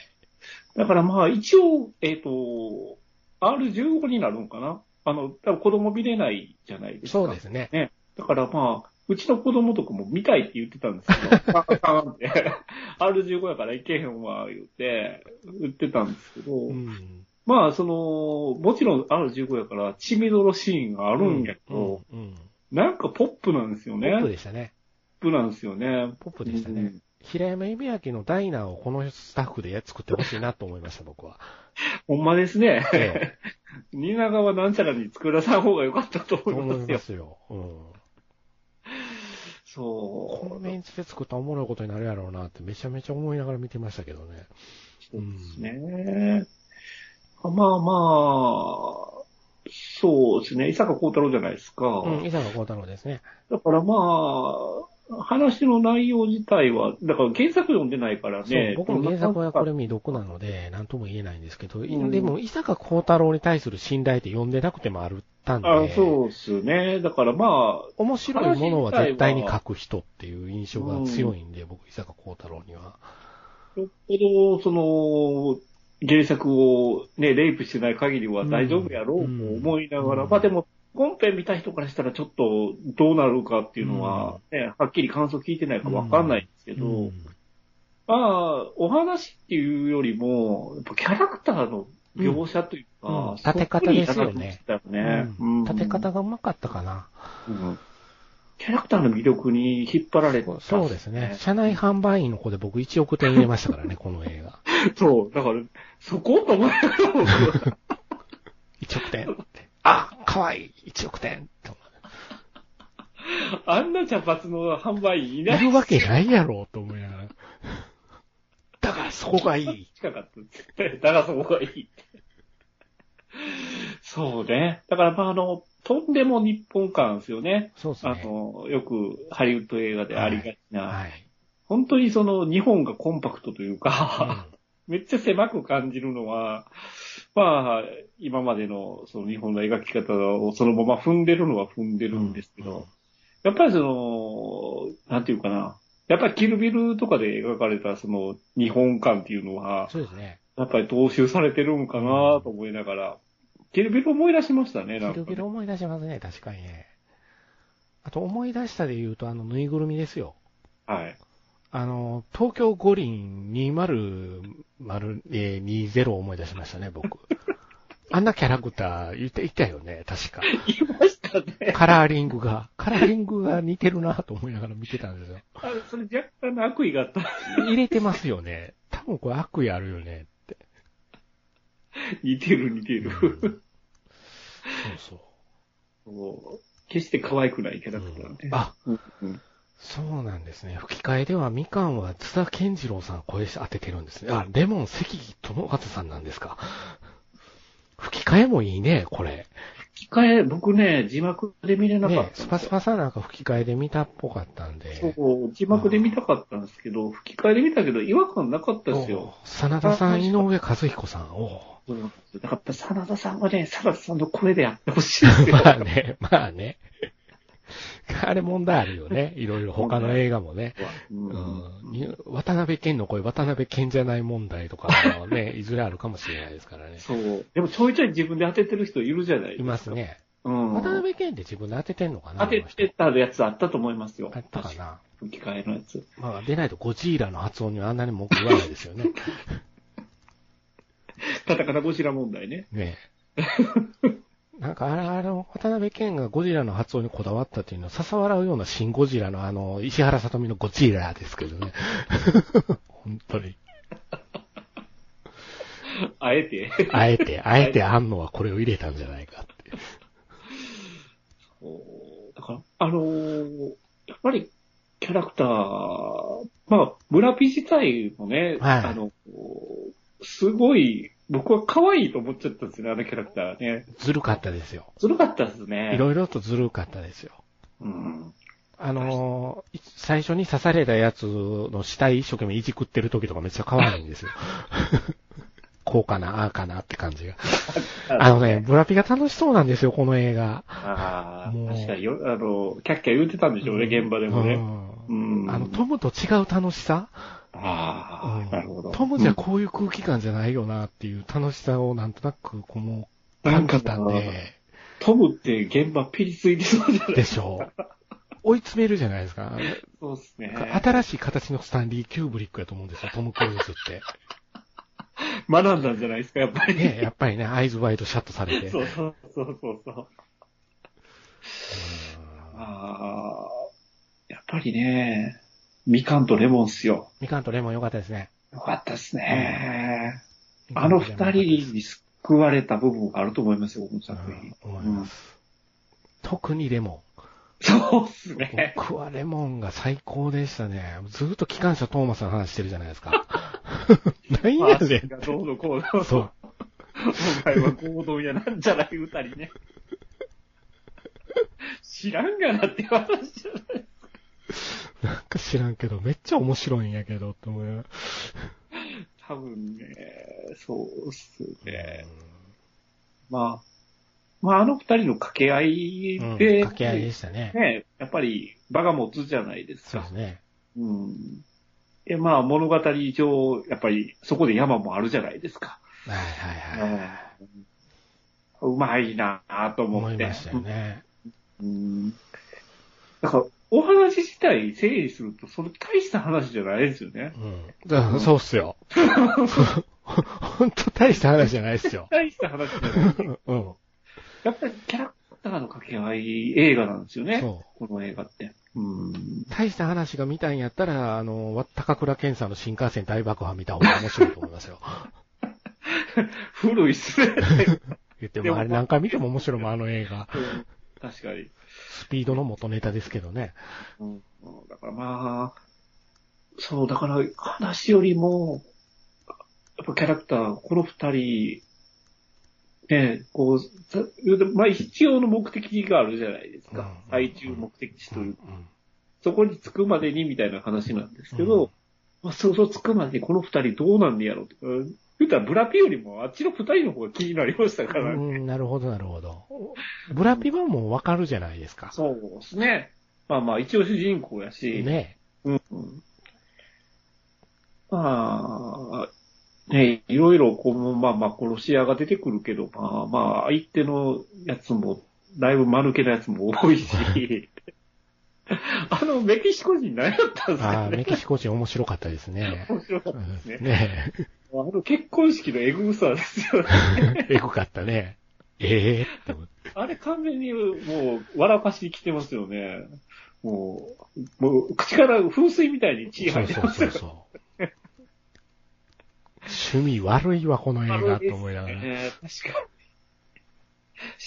Speaker 3: だからまあ、一応、えっ、と、R15 になるのかなあの、多分子供見れないじゃないですか。
Speaker 2: そうですね。
Speaker 3: だからまあ、うちの子供とかも見たいって言ってた んですけど、バカかんって、R15 やからいけへんわ、言って、言ってたんですけど、
Speaker 2: うん。
Speaker 3: まあ、その、もちろん R15 やから、血みどろシーンがあるんやけど、
Speaker 2: うん。うん。
Speaker 3: なんかポップなんですよ
Speaker 2: ポ
Speaker 3: ね。
Speaker 2: ップ
Speaker 3: ポッ
Speaker 2: でしたね。
Speaker 3: プなんですよね。
Speaker 2: ポップでしたね。
Speaker 3: うん
Speaker 2: 平山由美明のダイナーをこのスタッフで作ってほしいなと思いました、僕 は。
Speaker 3: ほんまですね。
Speaker 2: ええ
Speaker 3: 蜷川なんちゃらに作らさん方が良かったと
Speaker 2: と
Speaker 3: 思い
Speaker 2: 思
Speaker 3: ま
Speaker 2: い
Speaker 3: すよ
Speaker 2: ま。すよ。うん。こ
Speaker 3: そ
Speaker 2: の
Speaker 3: う。
Speaker 2: メンツで作ったらおもろいことになるやろうなってめちゃめちゃ思いながら見てましたけどね。
Speaker 3: そうですね。まあまあ、そうですね。伊坂幸太郎じゃないですか。
Speaker 2: うん、伊坂幸太郎ですね。
Speaker 3: だからまあ、話の内容自体は、だから原作読んでないから
Speaker 2: そう
Speaker 3: ね。、
Speaker 2: 僕も原作はこれ未読なので、なんとも言えないんですけど、
Speaker 3: ん
Speaker 2: でも、伊坂幸太郎に対する信頼って読んでなくてもあるったんで、
Speaker 3: あそうですね。だからまあ、
Speaker 2: 面白いものは絶対に書く人っていう印象が強いんで、僕、伊坂幸太郎には。
Speaker 3: よっぽど、その、原作をね、レイプしてない限りは大丈夫やろうと思いながら、
Speaker 2: うん
Speaker 3: まあでも、本編見た人からしたらちょっとどうなるかっていうのは、ね、はっきり感想聞いてないからわかんないんですけど、
Speaker 2: うん
Speaker 3: まあ、お話っていうよりも、やっぱキャラクターの描写というか、
Speaker 2: うんうん
Speaker 3: そっく
Speaker 2: 立
Speaker 3: り
Speaker 2: て方ですよね
Speaker 3: だね
Speaker 2: うん立て、
Speaker 3: う
Speaker 2: 方がうまかったかな。
Speaker 3: んうんキャラクターの魅力に引っ張られた、
Speaker 2: そうですね。。社内販売員の子で僕1億点入れましたから ね、この映画。
Speaker 3: そう、だから、そこと思いながら僕は
Speaker 2: 1億点って。あ、かわいい !1 億点と
Speaker 3: あんな茶髪の販売員いないい
Speaker 2: るわけないやろと思いながら。だからそこがいい。
Speaker 3: 近かったです。だからそこがいいって。そうね。だから、まあ、あの、とんでも日本感ですよね。
Speaker 2: そうです
Speaker 3: あ
Speaker 2: ね。
Speaker 3: の、よくハリウッド映画でありがちな。
Speaker 2: はい。
Speaker 3: 本当にその日本がコンパクトという
Speaker 2: うん
Speaker 3: か、めっちゃ狭く感じるのは、まあ、今までのその日本の描き方をそのまま踏んでるのは踏んでるんですけど、
Speaker 2: うんうん
Speaker 3: やっぱりその、なんていうかな、やっぱりキルビルとかで描かれたその日本感っていうのは、
Speaker 2: そうですね。
Speaker 3: やっぱり踏襲されてるんかなと思いながら、キルビル思い出しましたね、なん
Speaker 2: ギロ
Speaker 3: か、
Speaker 2: ギロ思い出しますね、確かにね。あと思い出したで言うと、あの、ぬいぐるみですよ。
Speaker 3: はい。
Speaker 2: あの、東京五輪2020を思い出しましたね、僕。あんなキャラクター言っていたよね、確か。
Speaker 3: 言いましたね。
Speaker 2: カラーリングが、カラーリングが似てるなと思いながら見てたんですよ。
Speaker 3: あれそれ若干の悪意があった。
Speaker 2: 入れてますよね。多分これ悪意あるよね。
Speaker 3: 似てる似て
Speaker 2: うん
Speaker 3: る。
Speaker 2: そうそう。
Speaker 3: そう決して可愛くないキャラクターね。
Speaker 2: あ、
Speaker 3: うん
Speaker 2: そうなんですね。吹き替えではみかんは津田健次郎さん声当ててるんですね。あ、レモン関智和さんなんですか。吹き替えもいいね、これ。
Speaker 3: 吹き替え、僕ね、字幕で見れなか
Speaker 2: ね
Speaker 3: っ、た
Speaker 2: ス
Speaker 3: ん
Speaker 2: パ
Speaker 3: で
Speaker 2: ス
Speaker 3: すよ。
Speaker 2: パさんなんか吹き替えで見たっぽかったんで。
Speaker 3: そう、字幕で見たかったんですけど、吹き替えで見たけど、違和感なかったですよ。
Speaker 2: お真田さん、井上和彦さん を。
Speaker 3: そうなんですよだからやっぱ、真田さんはね、真田さんの声でやってほしいですよ。
Speaker 2: まあね、まあね。あれ問題あるよね。いろいろ他の映画もね。
Speaker 3: うん
Speaker 2: うんに渡辺謙の声、渡辺謙じゃない問題とかは ね、いずれあるかもしれないですからね。
Speaker 3: そう。でもちょいちょい自分で当ててる人いるじゃないです
Speaker 2: い
Speaker 3: か。
Speaker 2: ます。ね。
Speaker 3: うん。
Speaker 2: 渡辺謙って自分で当ててんのかな
Speaker 3: 当ててたやつあったと思いますよ。
Speaker 2: あの人当てたかな。
Speaker 3: 吹き替えのやつ。
Speaker 2: まあ、出ないとゴジーラの発音にはあんなに文句言わないですよね。
Speaker 3: カタカナゴジラ問題ね。
Speaker 2: ねえ。なんかあれ、あの、渡辺謙がゴジラの発音にこだわったっていうのは、笹笑うような新ゴジラのあの、石 原さとみのゴジラですけどね。本当に。
Speaker 3: あえて。
Speaker 2: あえて、あえて安野はこれを入れたんじゃないかって。
Speaker 3: だから、あのーやっぱりキャラクター、まあ、村ピ自体もね、
Speaker 2: はい
Speaker 3: あの、すごい、僕は可愛いと思っちゃったんですよね、あのキャラクターね。
Speaker 2: ずるかったですよ。
Speaker 3: ずるかったですね。
Speaker 2: いろいろとずるかったですよ。
Speaker 3: うん。
Speaker 2: あのー最初に刺されたやつの死体一生懸命いじくってる時とかめっちゃ可愛いんです よ。こうかな、ああかなって感じが。あのね、ブラピが楽しそうなんですよ、この映画。
Speaker 3: ああ、
Speaker 2: もう
Speaker 3: 確かによ、あの、キャッキャ言ってたんでしょうね、現場でも
Speaker 2: う
Speaker 3: ね。
Speaker 2: ん
Speaker 3: うん。
Speaker 2: あの、トムと違う楽しさ、
Speaker 3: あ
Speaker 2: うん
Speaker 3: あ、なるほど。
Speaker 2: トムじゃこういう空気感じゃないよなっていう楽しさをなんとなくこの感じたん
Speaker 3: なんか
Speaker 2: で、
Speaker 3: トムって現場ピリついてそうじゃない
Speaker 2: でし ょう。追い詰めるじゃないですか。
Speaker 3: そうですね。
Speaker 2: 新しい形のスタンリー・キューブリックやと思うんですよ、トム・クルーズって。
Speaker 3: 学んだんじゃないですか、やっ ぱり。
Speaker 2: ね、やっぱりね、アイズワイドシャットされて。
Speaker 3: そうそうそうそうそう。
Speaker 2: うん
Speaker 3: ああ、やっぱりね、みかんとレモンっすよ。
Speaker 2: みかんとレモン良かったですね。
Speaker 3: よかったっすね。あの二人に救われた部分があると思いますよ、この
Speaker 2: う
Speaker 3: 作品
Speaker 2: ん。思います。特にレモ
Speaker 3: そうっす
Speaker 2: ン。
Speaker 3: ね。
Speaker 2: 僕はレモンが最高でしたね。ずっと機関車トーマスの話してるじゃないです か。何やねん。
Speaker 3: がどうのこうの。
Speaker 2: そう。
Speaker 3: お前は合同やなんじゃない歌にね。知らんがなって話じゃない。
Speaker 2: なんか知らんけど、めっちゃ面白いんやけど、って思いながら
Speaker 3: 多分ね、そうっすね。まあ、まああの二人の掛け合い
Speaker 2: うん
Speaker 3: で、
Speaker 2: 掛け合いでしたね。
Speaker 3: ね、やっぱり場が持つじゃないです
Speaker 2: そうで
Speaker 3: か
Speaker 2: す。ね。
Speaker 3: うん。で、まあ物語上、やっぱりそこで山もあるじゃないですか。
Speaker 2: はいはいはい。
Speaker 3: うんうまいなぁと思
Speaker 2: 思
Speaker 3: っ
Speaker 2: い
Speaker 3: て。
Speaker 2: ましたよね。
Speaker 3: うん。だから、お話自体整理すると、それ大した話じゃないですよね。
Speaker 2: うん。だからそうっす よ。ほんと大した話じゃないっすよ。
Speaker 3: 大した話じゃない。
Speaker 2: うん。
Speaker 3: やっぱりキャラクターの掛け合い映画なんですよね。
Speaker 2: そう。
Speaker 3: この映画って。うん。
Speaker 2: 大した話が見たいんやったら、あの、わ高倉健さんの新幹線大爆破見た方が面白いと思いますよ。
Speaker 3: 古いっ すね。
Speaker 2: 言っても、あれ何回見ても面白いもん、あの映画。
Speaker 3: 確かに。
Speaker 2: スピードの元ネタですけどね。
Speaker 3: うん、だからまあ、そう、だから話よりも、やっぱキャラクター、この二人、ね、こうさ、まあ一応の目的があるじゃないです
Speaker 2: うん
Speaker 3: か。最終目的地と
Speaker 2: う
Speaker 3: い
Speaker 2: ん
Speaker 3: う。そこに着くまでにみたいな話なんですけど、
Speaker 2: うん
Speaker 3: まあそこ着くまでにこの二人どうなんねやろうとか、言ったらブラピよりもあっちの二人の方が気になりましたから、
Speaker 2: うん、なるほど、なるほど。ブラピはもうわかるじゃないですか。
Speaker 3: そうですね。まあまあ一応主人公やし、
Speaker 2: ね
Speaker 3: うんうんまあ、ね、いろいろ、こう、まあまあ、殺し屋が出てくるけど、まあまあ、相手のやつも、だいぶ間抜けなやつも 多いし、あの、メキシコ人何やったんです
Speaker 2: あ
Speaker 3: か
Speaker 2: あ、
Speaker 3: ね
Speaker 2: メキシコ人面白かったですね。
Speaker 3: 面白かっ
Speaker 2: う
Speaker 3: た
Speaker 2: ん
Speaker 3: ですね。
Speaker 2: ね
Speaker 3: あの、結婚式のエグさですよね。
Speaker 2: え。エグかったね。ええって思って
Speaker 3: あれ完全にもう、笑かしに来てますよね。もう、もう、口から風水みたいに血
Speaker 2: そ
Speaker 3: 入
Speaker 2: う
Speaker 3: って
Speaker 2: そう
Speaker 3: ます
Speaker 2: そう
Speaker 3: よ。
Speaker 2: そう。趣味悪いわ、この映画、と思いながら。
Speaker 3: えー確かに。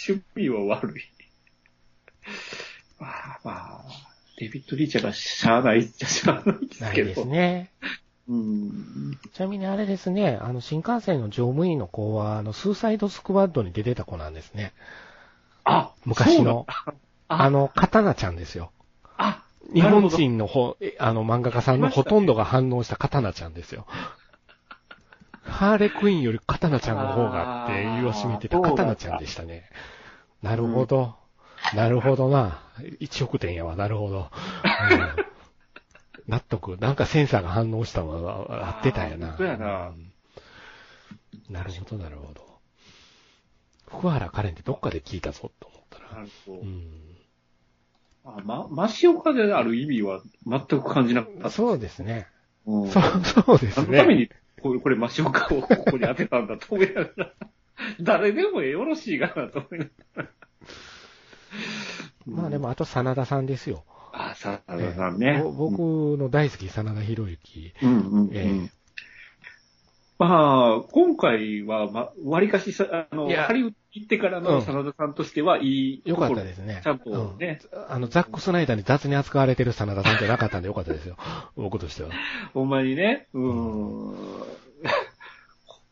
Speaker 3: 趣味は悪い。まあまあ、デビッド・リーチャーがしゃあないっちゃしゃあないです
Speaker 2: ない
Speaker 3: けど。
Speaker 2: ですね。
Speaker 3: うん。
Speaker 2: ちなみにあれですね、あの、新幹線の乗務員の子は、あの、スーサイドスクワッドに出てた子なんですね。
Speaker 3: あ、
Speaker 2: 昔
Speaker 3: そうなん
Speaker 2: の。あの、刀ちゃんですよ。
Speaker 3: あ、
Speaker 2: 日
Speaker 3: なる
Speaker 2: 本
Speaker 3: ほど
Speaker 2: 人のほ、えあの、漫画家さんのほとんどが反応した刀ちゃんですよ。ハーレクイーンより刀ちゃんの方がって言わしめてた
Speaker 3: あーそうだ
Speaker 2: 刀ちゃんでしたね。なるほど。なるほどな。1億点やわ、なるほど。うん納得。なんかセンサーが反応したのは合ってたんや
Speaker 3: あ
Speaker 2: な。
Speaker 3: ーそうやな
Speaker 2: うんなるほど、なるほど。福原カレンってどっかで聞いたぞと思った
Speaker 3: な
Speaker 2: ら。
Speaker 3: るほど
Speaker 2: うん
Speaker 3: あま、真岡である意味は全く感じなかった。
Speaker 2: そうですね。
Speaker 3: うん
Speaker 2: そう、そうです
Speaker 3: 何の
Speaker 2: ね。
Speaker 3: ためにこれ、これ真岡をここに当てたんだと思いなが ら、誰でもよろしいかなと思いながら。
Speaker 2: まあでも、あと、真田さんですよ。
Speaker 3: あ、さあのさんね。
Speaker 2: ぼ僕の大好き、真田広之。
Speaker 3: うんうんうん、
Speaker 2: ええ
Speaker 3: まあ、今回は、まあ、割かしさ、あの、
Speaker 2: いや
Speaker 3: ハリウッド行ってから
Speaker 2: うん
Speaker 3: の真田さんとしては、いい
Speaker 2: よ
Speaker 3: と
Speaker 2: か
Speaker 3: こ
Speaker 2: っ
Speaker 3: ろ、
Speaker 2: たですね。
Speaker 3: ちゃんと
Speaker 2: うん
Speaker 3: ね、
Speaker 2: あの、ザック・スナイダーに雑に扱われてる真田さんじゃなかったんでよかったですよ。僕としては。
Speaker 3: ほんまにね、うーん。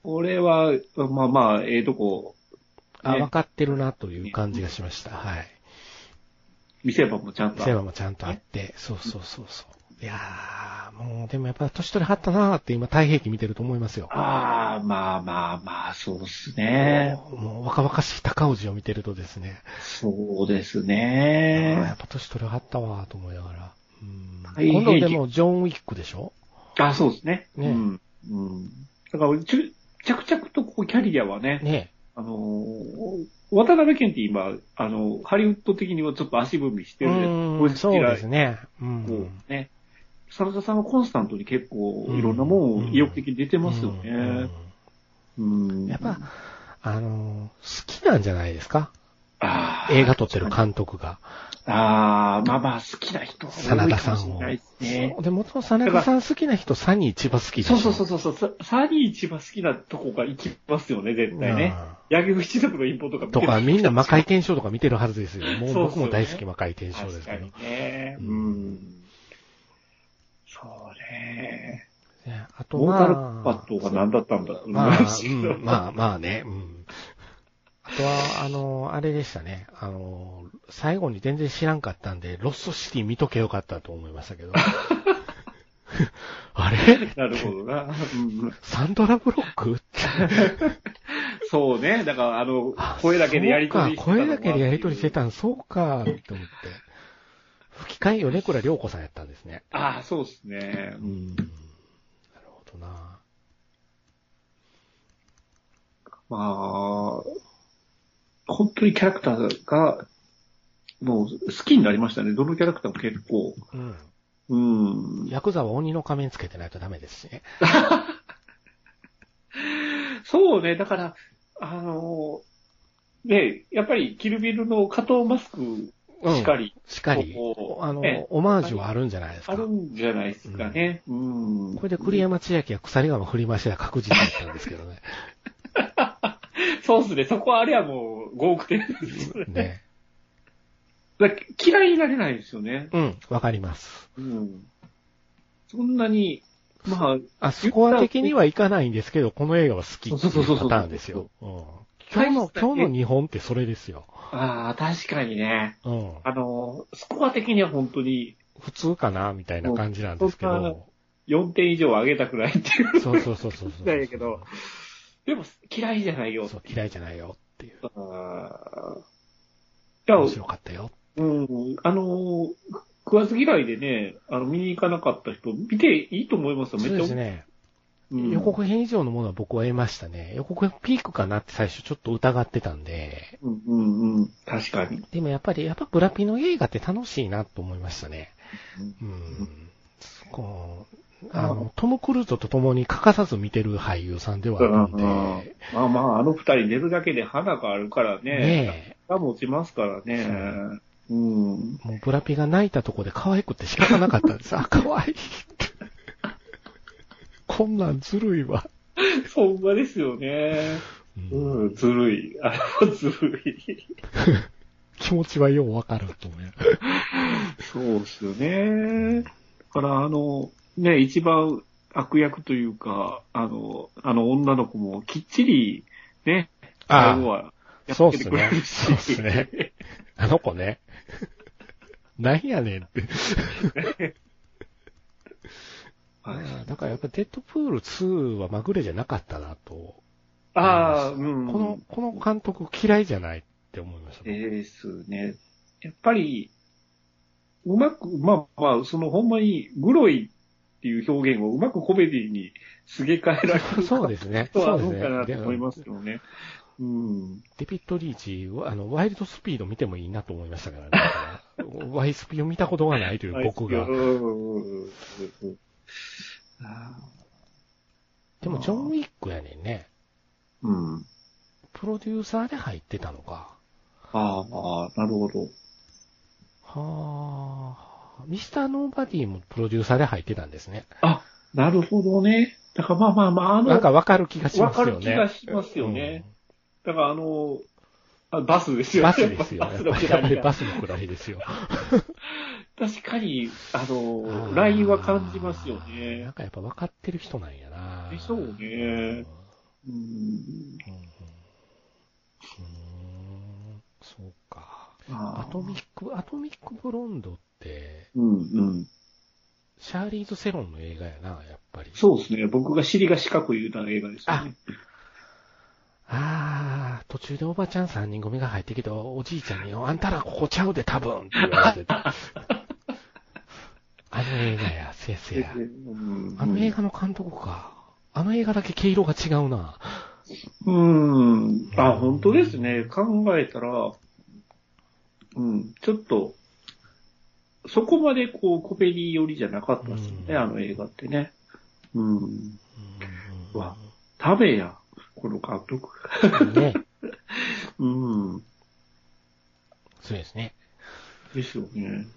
Speaker 3: これは、まあまあ、ええとこ、
Speaker 2: あ、
Speaker 3: ね
Speaker 2: 分かってるなという感じがしました。はい。
Speaker 3: 見せ場もちゃんと。
Speaker 2: セバもちゃんとあって、そうそうそうそう。いやー、もう、でもやっぱ年取りはったなーって今、太平記見てると思いますよ。
Speaker 3: ああ、まあまあまあ、そうですね。
Speaker 2: もう、若々しい高氏を見てるとですね、
Speaker 3: そうです
Speaker 2: あーや
Speaker 3: ね。
Speaker 2: っぱ年取りはったわーと思いながら。うん
Speaker 3: 太平記
Speaker 2: 今度でも、ジョン・ウィックでしょ
Speaker 3: あそうですね。
Speaker 2: ね
Speaker 3: うん。うん。だから、ちゅ着々とこうキャリアはね、
Speaker 2: ね
Speaker 3: あのー渡辺謙って今、あの、ハリウッド的にはちょっと足踏みして
Speaker 2: え。
Speaker 3: る
Speaker 2: う
Speaker 3: じゃない
Speaker 2: ー
Speaker 3: こ
Speaker 2: ん、そうです
Speaker 3: ね。
Speaker 2: ね。う
Speaker 3: こ
Speaker 2: ん。
Speaker 3: うね。真田さんはコンスタントに結構
Speaker 2: うん
Speaker 3: いろんなもんを意欲的に出てますよ
Speaker 2: うん
Speaker 3: ね。うん
Speaker 2: やっぱ、あのー、好きなんじゃないですか
Speaker 3: あー
Speaker 2: 映画撮ってる監督が。
Speaker 3: あーまあまあ好きな人は多いかもしれないですね。
Speaker 2: で、もともと真田さん好きな人、サニー千葉好きでし
Speaker 3: そ
Speaker 2: ょ
Speaker 3: うそうそうそうそうさ。サニー一番好きなとこが行きますよね、絶対ね。八木口族の陰謀とか見
Speaker 2: と
Speaker 3: て
Speaker 2: か、みんな魔界
Speaker 3: い
Speaker 2: 転生とか見てるはずですよ。もう
Speaker 3: そうっす
Speaker 2: 僕
Speaker 3: よね
Speaker 2: も大好き魔界転生で
Speaker 3: 確
Speaker 2: す
Speaker 3: か
Speaker 2: けど
Speaker 3: に。ね。
Speaker 2: う
Speaker 3: うんん。そうね。
Speaker 2: ねあと
Speaker 3: ボーカルパ
Speaker 2: は
Speaker 3: ッ、ドが何だったんだろう
Speaker 2: まあ、
Speaker 3: う
Speaker 2: うんんまあ、まあね。うんあとは、あの、あれでしたね。あの、最後に全然知らんかったんで、ロストシティ見とけよかったと思いましたけ ど。あれ
Speaker 3: なるほどな。うん
Speaker 2: サンドラブロック
Speaker 3: そうね。だから、あの
Speaker 2: あ、
Speaker 3: 声だけでやりとり
Speaker 2: そうか、声だけでやりとりして。たん、そうか、と思って。吹き替え米倉涼子さんやったんですね。
Speaker 3: ああ、そうですね。
Speaker 2: うん。なるほどな。
Speaker 3: まあ、本当にキャラクターが、もう好きになりましたね。どのキャラクターも結構。
Speaker 2: うん。
Speaker 3: うん。
Speaker 2: ヤクザは鬼の仮面つけてないとダメですしね。
Speaker 3: そうね。だから、あの、ね、やっぱりキルビルの加藤マスクしか
Speaker 2: り。
Speaker 3: り、
Speaker 2: しかり。
Speaker 3: こう
Speaker 2: あの
Speaker 3: ね、
Speaker 2: オマージュはあるんじゃないですか。
Speaker 3: ある
Speaker 2: こ
Speaker 3: んじゃないですかね。うん。
Speaker 2: れで栗山千明は鎖釜振り回しは確実だったんですけどね。
Speaker 3: そうっすね。そこはあれはもう5億点ですよ ね。
Speaker 2: ね。
Speaker 3: だから嫌いになれないですよね。
Speaker 2: うん、わかります。
Speaker 3: うん。そんなに、まあ、
Speaker 2: あ、スコア的にはいかないんですけど、この映画は好きっていうパターンですよ。うん今日の、今日の日本ってそれですよ。
Speaker 3: ああ、確かにね。
Speaker 2: うん。
Speaker 3: あの、スコア的には本当に
Speaker 2: 普通かなみたいな感じなんですけど。
Speaker 3: 4点以上上げたくないっていう。
Speaker 2: そうそうそうそうそう。
Speaker 3: だけどでも嫌いじゃないよ。
Speaker 2: そう、嫌いじゃないよっていう。
Speaker 3: ああ。いや
Speaker 2: 面、白かったよ。
Speaker 3: うん、あの、食わず嫌いでね、あの、見に行かなかった人、見ていいと思いますよ、
Speaker 2: そ
Speaker 3: めっ
Speaker 2: う
Speaker 3: ちゃ。
Speaker 2: ですね。
Speaker 3: うん
Speaker 2: 予告編以上のものは僕は得ましたね。予告編ピークかなって最初ちょっと疑ってたんで。
Speaker 3: うんうんうん。確かに。
Speaker 2: でもやっぱり、やっぱブラピの映画って楽しいなと思いましたね。うん。こう、あの、トム・クルーズと共に欠かさず見てる俳優さんではあるんで、ね
Speaker 3: まあまあ、あの二人寝るだけで花があるからね。
Speaker 2: え、
Speaker 3: が持ちますからね。うん。
Speaker 2: もうブラピが泣いたとこで可愛くて仕方なかったん です。あ、可愛いって。こんなんずるいわ。
Speaker 3: そんなですよね。
Speaker 2: うん
Speaker 3: うん、ずるい。あれはずるい。
Speaker 2: 気持ちはようわかると思うよ。
Speaker 3: そうですよね。だから、あの、ね、一番悪役というか、あの、あの女の子もきっちり、ね、
Speaker 2: ああ
Speaker 3: 最後は、や
Speaker 2: そう
Speaker 3: っ
Speaker 2: ってす
Speaker 3: くれ
Speaker 2: ね
Speaker 3: る。
Speaker 2: そうっす
Speaker 3: し、
Speaker 2: ね。あの子ね。なんやねんって。
Speaker 3: はい
Speaker 2: だからやっぱデッドプール2はまぐれじゃなかったなと。
Speaker 3: ああ、
Speaker 2: 思
Speaker 3: う
Speaker 2: いました
Speaker 3: ん。
Speaker 2: この、この監督嫌いじゃないって思いました。
Speaker 3: ですね。やっぱり、うまく、まあまあ、そのほんまに、グロいっていう表現をうまくコメディにすげ替えられる
Speaker 2: そうです ね。
Speaker 3: と
Speaker 2: そ
Speaker 3: は
Speaker 2: うで
Speaker 3: ど
Speaker 2: す
Speaker 3: う
Speaker 2: ね
Speaker 3: かな。と思いま
Speaker 2: です
Speaker 3: よね。うん。
Speaker 2: デビッド・リーチは、あの、ワイルドスピード見てもいいなと思いましたからね。 ワイスピを見たことがないという僕が
Speaker 3: うん。うんうんうんあ
Speaker 2: でも、ジョン・ウィックやねんね。
Speaker 3: ーうん。
Speaker 2: プロデューサーで入ってたのか。
Speaker 3: あーあー、なるほど。
Speaker 2: はあ。ミスター・ノーバディもプロデューサーで入ってたんですね。
Speaker 3: あ、なるほどね。だからまあまあまあ、あの、
Speaker 2: なんかわかる気がし
Speaker 3: わ
Speaker 2: ます
Speaker 3: か
Speaker 2: よね。
Speaker 3: る気がしますよね。だからあの、あバスです
Speaker 2: うん
Speaker 3: よ
Speaker 2: バス
Speaker 3: ね。
Speaker 2: ですよ。
Speaker 3: バ
Speaker 2: や
Speaker 3: ス
Speaker 2: っ
Speaker 3: の
Speaker 2: ぱり
Speaker 3: く
Speaker 2: やっぱ
Speaker 3: だ
Speaker 2: り
Speaker 3: りが
Speaker 2: バスのくらいですよ。
Speaker 3: 確かに、
Speaker 2: あ
Speaker 3: あの、
Speaker 2: ー
Speaker 3: ラインは感じますよ
Speaker 2: なん
Speaker 3: ね。
Speaker 2: かやっぱ分かってる人なんやな。
Speaker 3: でしょうねうん。
Speaker 2: うんうんうんそうか。ア
Speaker 3: あ
Speaker 2: トミック、アトミックブロンドって、
Speaker 3: うんうん。
Speaker 2: シャーリーズ・セロンの映画やな、やっぱり。
Speaker 3: そうですね。僕が尻が四角い言うた映画ですよね。
Speaker 2: ああ、途中でおばちゃん3人組が入ってきたおじいちゃんに、あんたらここちゃうで多分って言われてた。あの映画や、せやせや。
Speaker 3: うん
Speaker 2: あの映画の監督か。あの映画だけ毛色が違うな。
Speaker 3: うん。あ、本当ですね。考えたら、うん、ちょっと、そこまでこう、コペリ寄りじゃなかったですよね、
Speaker 2: うん
Speaker 3: あの映画ってね。うん。
Speaker 2: うん
Speaker 3: わ食べや、この監督。
Speaker 2: ね。
Speaker 3: うん。
Speaker 2: そうですね。
Speaker 3: ですよね。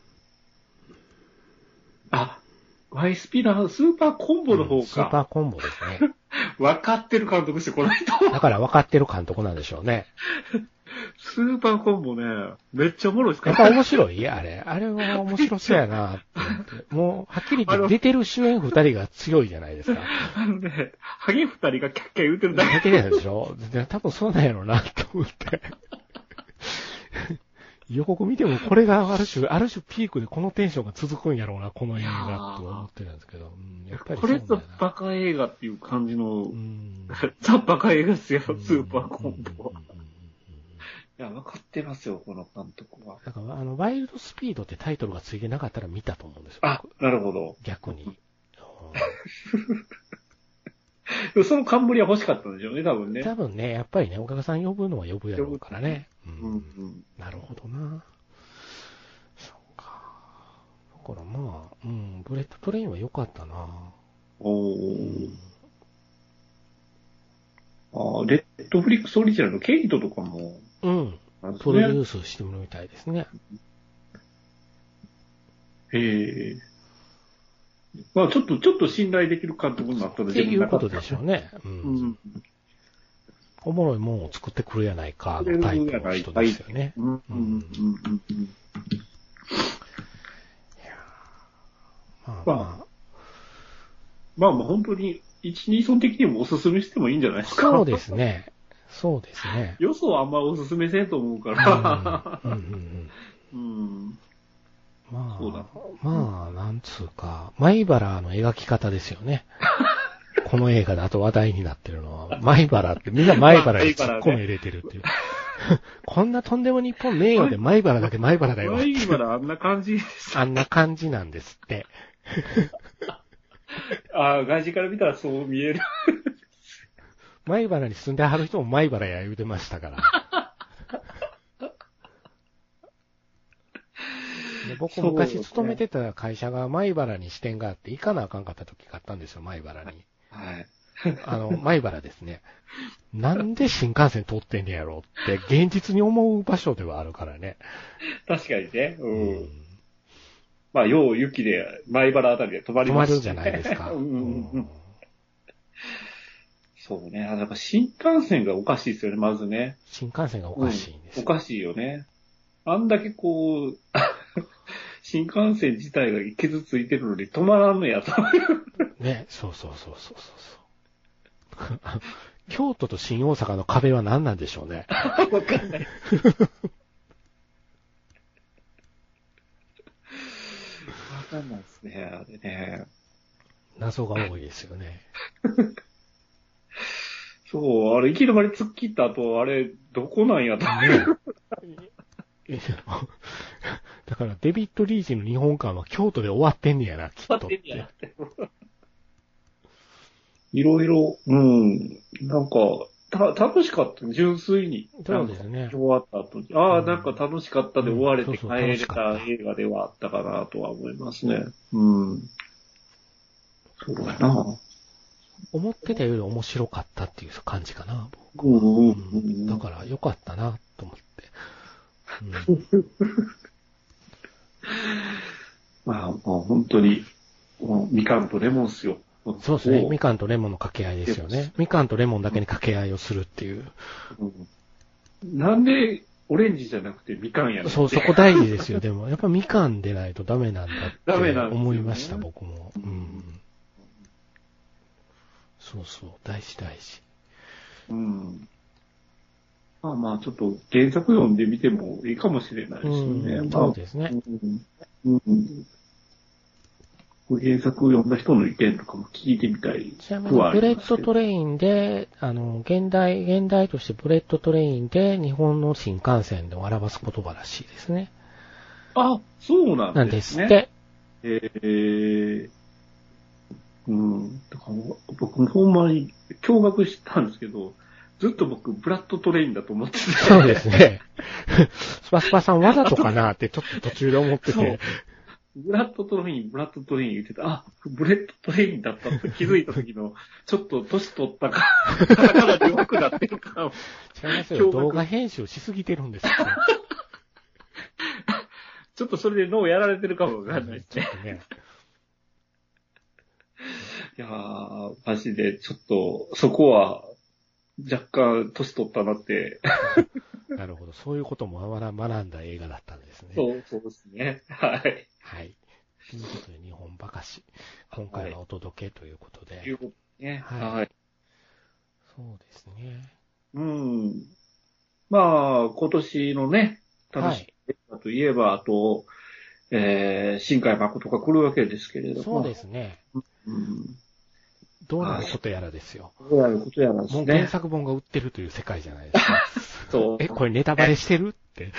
Speaker 3: あ、ワイスピナー、スーパーコンボの方
Speaker 2: スーパ
Speaker 3: か。
Speaker 2: ーコンボですね。
Speaker 3: 分かってる監督して、この人。
Speaker 2: だから分かってる監督なんでしょうね。
Speaker 3: スーパーコンボね、めっちゃおもろいですか
Speaker 2: やっ
Speaker 3: ら
Speaker 2: ぱ面白いあれ。あれは面白そうやなって思ってもう、はっきり言って出てる主演二人が強いじゃないですか。
Speaker 3: あのね、ハゲ二人がキャッキャ言うてるだけ
Speaker 2: 出てるでしょで多分そうなんやろうなと思って。予告見てもこれがある種、ある種ピークでこのテンションが続くんやろうな、この映画と思ってるんですけど。うん、やっぱり
Speaker 3: こ
Speaker 2: そうな
Speaker 3: れ
Speaker 2: んだ
Speaker 3: ぞ
Speaker 2: よな。
Speaker 3: バカ映画っていう感じの
Speaker 2: う、ん
Speaker 3: ザ・バカ映画ですよ、スーパーコンボは。
Speaker 2: うんうんうんうんうん
Speaker 3: いや、分かってますよ、この監督は。
Speaker 2: なんか、あの、ワイルドスピードってタイトルがついてなかったら見たと思うんですよ。
Speaker 3: あ、なるほど。
Speaker 2: 逆 に。
Speaker 3: でもその冠は欲しかったんでしょうね、多分ね。
Speaker 2: 多分ね、やっぱりね、お客さん呼ぶのは呼ぶやろうからね。う
Speaker 3: うん
Speaker 2: ん。
Speaker 3: うん。
Speaker 2: なるほどな。そうか。だからまあ、うん、ブレットトレインは良かったな。
Speaker 3: お
Speaker 2: うん
Speaker 3: ー。あーレッドフリックスオリジナルのケイトとかも、
Speaker 2: うん。
Speaker 3: なんです
Speaker 2: プロデ
Speaker 3: ね。
Speaker 2: ュースしてもらいたいですね。
Speaker 3: ええ。まあちょっと、ちょっと信頼できる監督になったん
Speaker 2: っ
Speaker 3: で
Speaker 2: て
Speaker 3: す
Speaker 2: いうことでしょうね。う。
Speaker 3: うんん。
Speaker 2: おもろいもんを作ってくるやないか、のタイプの人ですよね。
Speaker 3: うん、うん、うん、うんうん。
Speaker 2: まあ
Speaker 3: まあ
Speaker 2: まあ。
Speaker 3: まあまあ本当に、一、二尊的にもおすすめしてもいいんじゃないですか。
Speaker 2: そうですね。そうです ね。
Speaker 3: よそはあんまおすすめせんと思うか
Speaker 2: うん
Speaker 3: ら。
Speaker 2: うんうんうん
Speaker 3: うん。
Speaker 2: ま
Speaker 3: そうだ
Speaker 2: あ、まあ、なんつうか、米原の描き方ですよね。この映画だと話題になってるのは、米原って、みんな米原に突っ込み入れてるっていう。 こんなとんでも日本名誉で米原だけ米原だよ。
Speaker 3: 前からあんな感じでした。
Speaker 2: あんな感じなんですって。
Speaker 3: ああ、外人から見たらそう見える。
Speaker 2: 米原に住んではる人も米原や言うてましたから。で僕
Speaker 3: そうで
Speaker 2: 昔
Speaker 3: すね
Speaker 2: 勤めてた会社が米原に支店があって行かなあかんかった時があったんですよ、米原に。
Speaker 3: はい。
Speaker 2: あの、米原ですね。なんで新幹線通ってんねやろって現実に思う場所ではあるからね。
Speaker 3: 確かにね。う。
Speaker 2: うん
Speaker 3: まあ、よう雪で、前原あたりで止まり
Speaker 2: 止ま
Speaker 3: ます
Speaker 2: るんじゃないですか。
Speaker 3: うんうんう
Speaker 2: うん
Speaker 3: ん。そうね。あ、だから新幹線がおかしいですよね、まずね。
Speaker 2: 新幹線がおかしいんです
Speaker 3: お
Speaker 2: よ。
Speaker 3: かしいよね。あんだけこう、 新幹線自体が傷ついてるのに止まらんのやと。
Speaker 2: ね、そうそうそうそうそうそう。京都と新大阪の壁は何なんでしょうね。
Speaker 3: わかんない。わかんないですね、あれね。
Speaker 2: 謎が多いですよね。
Speaker 3: そう、あれ、行き止まり突っ切った後、あれ、どこなんやと。
Speaker 2: いやだから、デビッド・リーチの日本館は京都で終わってんねやな、きっとって。
Speaker 3: いろいろ、うん、なんか、た、楽しかった、純粋に。
Speaker 2: そうですね
Speaker 3: 終。わった後に。ああ、
Speaker 2: うん
Speaker 3: なんか楽しかったで終われ
Speaker 2: うん
Speaker 3: て
Speaker 2: そ
Speaker 3: 帰
Speaker 2: うそう楽
Speaker 3: れ
Speaker 2: しかったた
Speaker 3: 映画ではあったかなとは思いますね。うん。そうだな。
Speaker 2: 思ってたより面白かったっていう感じかな。
Speaker 3: うんうん
Speaker 2: うん
Speaker 3: うん。
Speaker 2: だから、良かったな、と思って。うん
Speaker 3: まあ、もう本当に、もうみかんとレモンっすよ。
Speaker 2: そうですね。
Speaker 3: を
Speaker 2: みかんとレモンの掛け合いですよ
Speaker 3: そうで
Speaker 2: ね。みかんとレモンだけに掛け合いをするっていう。
Speaker 3: うんなんで、オレンジじゃなくてみかんやねん
Speaker 2: そう、そこ大事ですよ。でも、やっぱみかんでないとダメなんだ
Speaker 3: ダ
Speaker 2: っ
Speaker 3: メ
Speaker 2: て
Speaker 3: なんですよね
Speaker 2: 思いました、僕も。う。
Speaker 3: うん
Speaker 2: そうそう、大事大事。
Speaker 3: うん。まあまあ、ちょっと原作読んでみてもいいかもしれないですよね。
Speaker 2: うん、
Speaker 3: まあ
Speaker 2: そうですね。
Speaker 3: うんうん、原作を読んだ人の意見とかも聞いてみたい
Speaker 2: ちなみ
Speaker 3: くは
Speaker 2: に、ブ
Speaker 3: あ
Speaker 2: レ
Speaker 3: りま
Speaker 2: ッ
Speaker 3: す
Speaker 2: ド
Speaker 3: け
Speaker 2: ト
Speaker 3: ど。
Speaker 2: レインで、あの、現代、現代としてブレッドトレインで日本の新幹線で表す言葉らしいですね。
Speaker 3: あ、そうな
Speaker 2: なん
Speaker 3: んで
Speaker 2: ですす
Speaker 3: ね。
Speaker 2: って。
Speaker 3: えーうん、だから僕もほんまに驚愕したんですけど、ずっと僕、ブラッドトレインだと思ってて。
Speaker 2: そうですね。スパスパさんわざとかなってちょっと途中で思って
Speaker 3: そう
Speaker 2: て。
Speaker 3: ブラッドトレイン、ブラッドトレイン言ってた。あ、ブレッドトレインだったって気づいた時の、ちょっと年取ったか、カタカナで弱くなってるか、
Speaker 2: 違います
Speaker 3: 驚
Speaker 2: よ。
Speaker 3: 愕
Speaker 2: 動画編集しすぎてるんですよ。
Speaker 3: ちょっとそれで脳やられてるかもわ
Speaker 2: ちょ
Speaker 3: か
Speaker 2: っ
Speaker 3: ん
Speaker 2: と
Speaker 3: ないですね。
Speaker 2: ね。
Speaker 3: いやー、マジで、ちょっと、そこは、若干、年取ったなって。
Speaker 2: なるほど。そういうことも学学んだ映画だったんですね。
Speaker 3: そう、そうですね。はい。
Speaker 2: はい。ということで、日本ばかし。今回はお届けということで。
Speaker 3: いうことね。
Speaker 2: はい
Speaker 3: はい。
Speaker 2: そうですね。
Speaker 3: うん。まあ、今年のね、楽しい映画といえば、あと、えー、新海誠が来るわけですけれども。
Speaker 2: そうですね。
Speaker 3: うん。
Speaker 2: どうなることやらですよ。
Speaker 3: どうやることやらです
Speaker 2: もう原
Speaker 3: ね。
Speaker 2: 作本が売ってるという世界じゃないですか。
Speaker 3: そう
Speaker 2: え、これネタバレしてるって。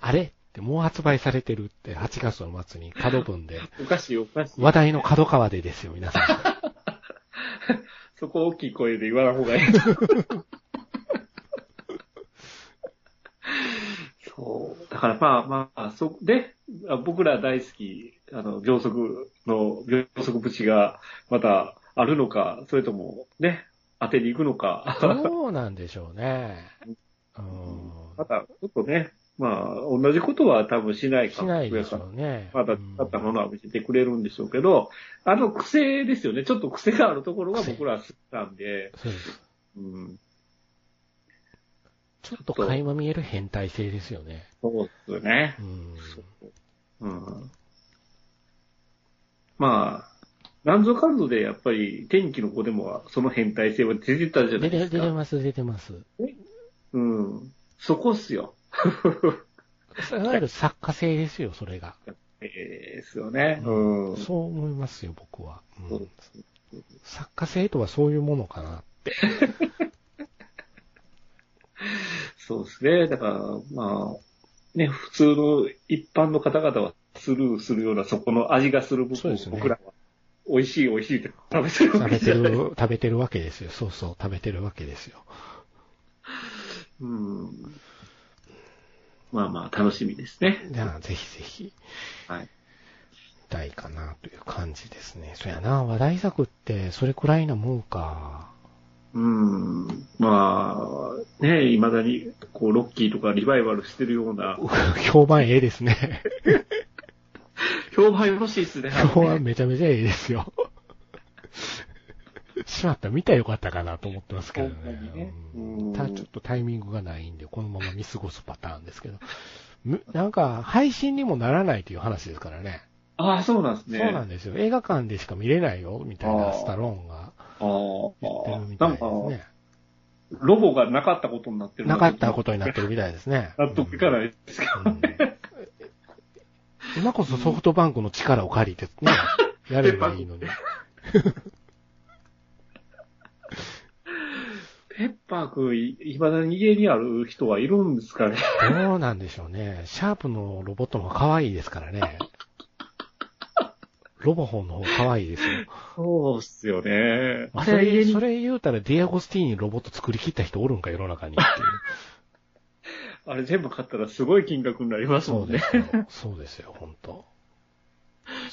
Speaker 2: あれってもう発売されてるって、8月の末に角分で。
Speaker 3: おかしいおかしい。
Speaker 2: 話題の角川でですよ、皆さん。
Speaker 3: そこ大きい声で言わない方がいい。そう。だからまあまあ、そ、で、あ僕ら大好き、あの、秒速の、秒速プチが、また、あるのか、それとも、ね、当てに行くのか、
Speaker 2: どうなんでしょうね。うん。
Speaker 3: また、ちょっとね、まあ、同じことは多分しない
Speaker 2: し
Speaker 3: か
Speaker 2: ないでしょうね。
Speaker 3: まだ使ったものは見せてくれるんでしょうけど、あの癖ですよね。ちょっと癖があるところが僕らは好きなんで、
Speaker 2: そうです
Speaker 3: うん。
Speaker 2: ちょっと垣間見える変態性ですよね。
Speaker 3: そうですね
Speaker 2: う。ん。
Speaker 3: うん。まあ、なんぞかんぞでやっぱり天気の子でもその変態性は出てたじゃ
Speaker 2: 出
Speaker 3: ないで
Speaker 2: て、
Speaker 3: す
Speaker 2: 出て
Speaker 3: か。
Speaker 2: ます、出てます。
Speaker 3: うん。そこっすよ。
Speaker 2: いわゆる作家性ですよ、それが。
Speaker 3: ええですよね。う。
Speaker 2: うんそう思いますよ、僕は。う
Speaker 3: そ
Speaker 2: ん
Speaker 3: う、
Speaker 2: 作家性とはそういうものかな。
Speaker 3: そうですね。だから、まあ、ね、普通の一般の方々はスルーするようなそこの味がする部
Speaker 2: そう
Speaker 3: 分を
Speaker 2: ですね
Speaker 3: 僕らは美味しい美味しいって食べてるわ
Speaker 2: 食
Speaker 3: け
Speaker 2: べ
Speaker 3: じ
Speaker 2: て
Speaker 3: ゃない
Speaker 2: る、食べてるわけですよ。そうそう、食べてるわけですよ。
Speaker 3: うん。まあまあ、楽しみですね。
Speaker 2: じゃあ、ぜひぜひ、
Speaker 3: はい。
Speaker 2: たいかなという感じですね。そやな、話題作って、それくらいなもんか。
Speaker 3: うん。まあ、ね、未だに、こう、ロッキーとかリバイバルしてるような、
Speaker 2: 評判ええですね。
Speaker 3: 評判よろしいですね。
Speaker 2: 評判めちゃめちゃええですよ。しまった、見たらよかったかなと思ってますけど
Speaker 3: ほんまに
Speaker 2: ね
Speaker 3: ね。
Speaker 2: うん
Speaker 3: うん
Speaker 2: ただちょっとタイミングがないんで、このまま見過ごすパターンですけど。むなんか、配信にもならないという話ですからね。
Speaker 3: ああ、そうなんですね。
Speaker 2: そうなんですよ。映画館でしか見れないよ、みたいなスタローンが
Speaker 3: あー
Speaker 2: 言ってるみ
Speaker 3: あ
Speaker 2: たい
Speaker 3: ー。なん
Speaker 2: です
Speaker 3: か、
Speaker 2: ね。
Speaker 3: ロボがなかったことになってる
Speaker 2: なかったことになってるみたいですね。
Speaker 3: 納得いかないですけど
Speaker 2: うん今こそソフトバンクの力を借りてね、やればいいのに。
Speaker 3: ペッパーくん、い未だに家にある人はいるんですかね。
Speaker 2: どうなんでしょうね。シャープのロボットも可愛いですからね。ロボホンの方可愛いですよ。
Speaker 3: そうっすよね。あ
Speaker 2: そ
Speaker 3: れは
Speaker 2: れ
Speaker 3: 家
Speaker 2: そ
Speaker 3: に、
Speaker 2: れ言うたらディアゴスティーニロボット作り切った人おるんか、世の中にっていう。
Speaker 3: あれ全部買ったらすごい金額になります
Speaker 2: そうん
Speaker 3: も
Speaker 2: で
Speaker 3: ね。
Speaker 2: すよ。そうですよ、ほんと。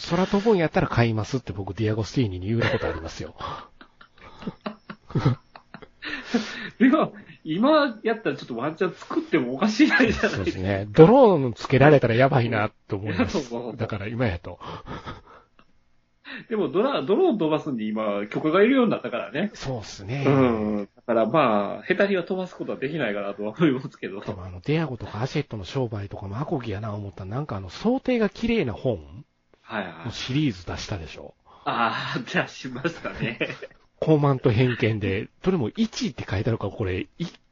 Speaker 2: 空飛ぶんやったら買いますって僕ディアゴスティーニに言うたことありますよ。
Speaker 3: でも、今やったらちょっとワンチャン作ってもおかしいないじゃ
Speaker 2: そ
Speaker 3: な
Speaker 2: う
Speaker 3: い
Speaker 2: です
Speaker 3: か。
Speaker 2: ね。ドロ ーンつけられたらやばいなと思いま
Speaker 3: いやそう
Speaker 2: す。だから今やと。
Speaker 3: でもドラ、ドローン飛ばすんで今、曲がいるようになったからね。
Speaker 2: そうっすね。
Speaker 3: うん。だからまあ、下手には飛ばすことはできないかなとは思いますけど。
Speaker 2: でもあの、デアゴとかアシェットの商売とかもアコギやな思ったら、なんかあの、想定が綺麗な本
Speaker 3: はいはい
Speaker 2: の。シリーズ出したでしょ。
Speaker 3: ああ、じゃあしましたね。
Speaker 2: 高慢と偏見で、どれも1って書いてあるから、これ、い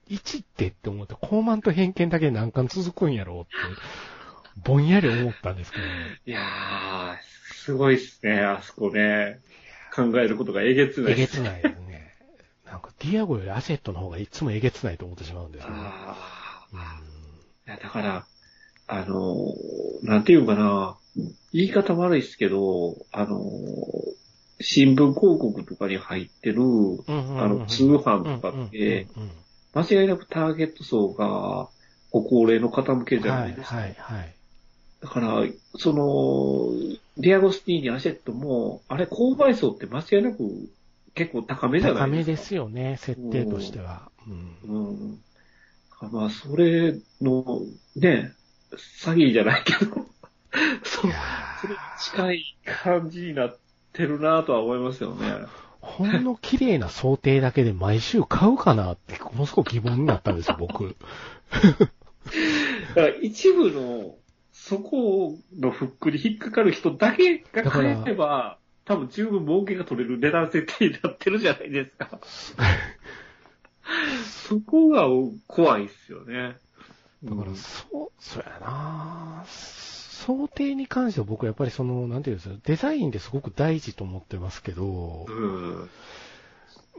Speaker 2: 1ってって思って、高慢と偏見だけ何巻続くんやろうって、ぼんやり思ったんですけど、
Speaker 3: いやー、すごいっすね、あそこね。考えることがえげ つない。
Speaker 2: えげつないですね。なんか、ディアゴよりアセットの方がいつもえげつないと思ってしまうんですよね。
Speaker 3: あ
Speaker 2: うん
Speaker 3: ーいやだから、あのー、なんていうかな、言い方悪いっすけど、あのー、新聞広告とかに入ってる、
Speaker 2: うんうん
Speaker 3: あ
Speaker 2: うんう
Speaker 3: の、
Speaker 2: ん
Speaker 3: 通販とかって、
Speaker 2: うんうんうんうん
Speaker 3: 間違いなくターゲット層が、ご高齢の方向けじゃ
Speaker 2: は
Speaker 3: ない
Speaker 2: い、
Speaker 3: ですか。
Speaker 2: はい、はい。
Speaker 3: だから、その、ディアゴスティーニ、アシェットも、あれ、購買層って間違いなく結構高めじゃ
Speaker 2: 高
Speaker 3: ない
Speaker 2: め
Speaker 3: ですか。
Speaker 2: ですよね、設定としては。うん
Speaker 3: うん。まあ、それの、ね、詐欺じゃないけど、そ
Speaker 2: い
Speaker 3: の
Speaker 2: や
Speaker 3: それに
Speaker 2: ー
Speaker 3: 近い感じになってるなとは思いますよね。
Speaker 2: ほんの綺麗な想定だけで毎週買うかなって、ものすごく疑問になったんですよ、 僕。
Speaker 3: だから一部の、そこのフックに引っかかる人だけが買えれば、多分十分儲けが取れる値段設定になってるじゃないで すか。そこが怖いっすよね。
Speaker 2: だから、そう、そうやな想定に関しては僕はやっぱりその、なんていうんですか、デザインですごく大事と思ってますけど、
Speaker 3: うん。
Speaker 2: う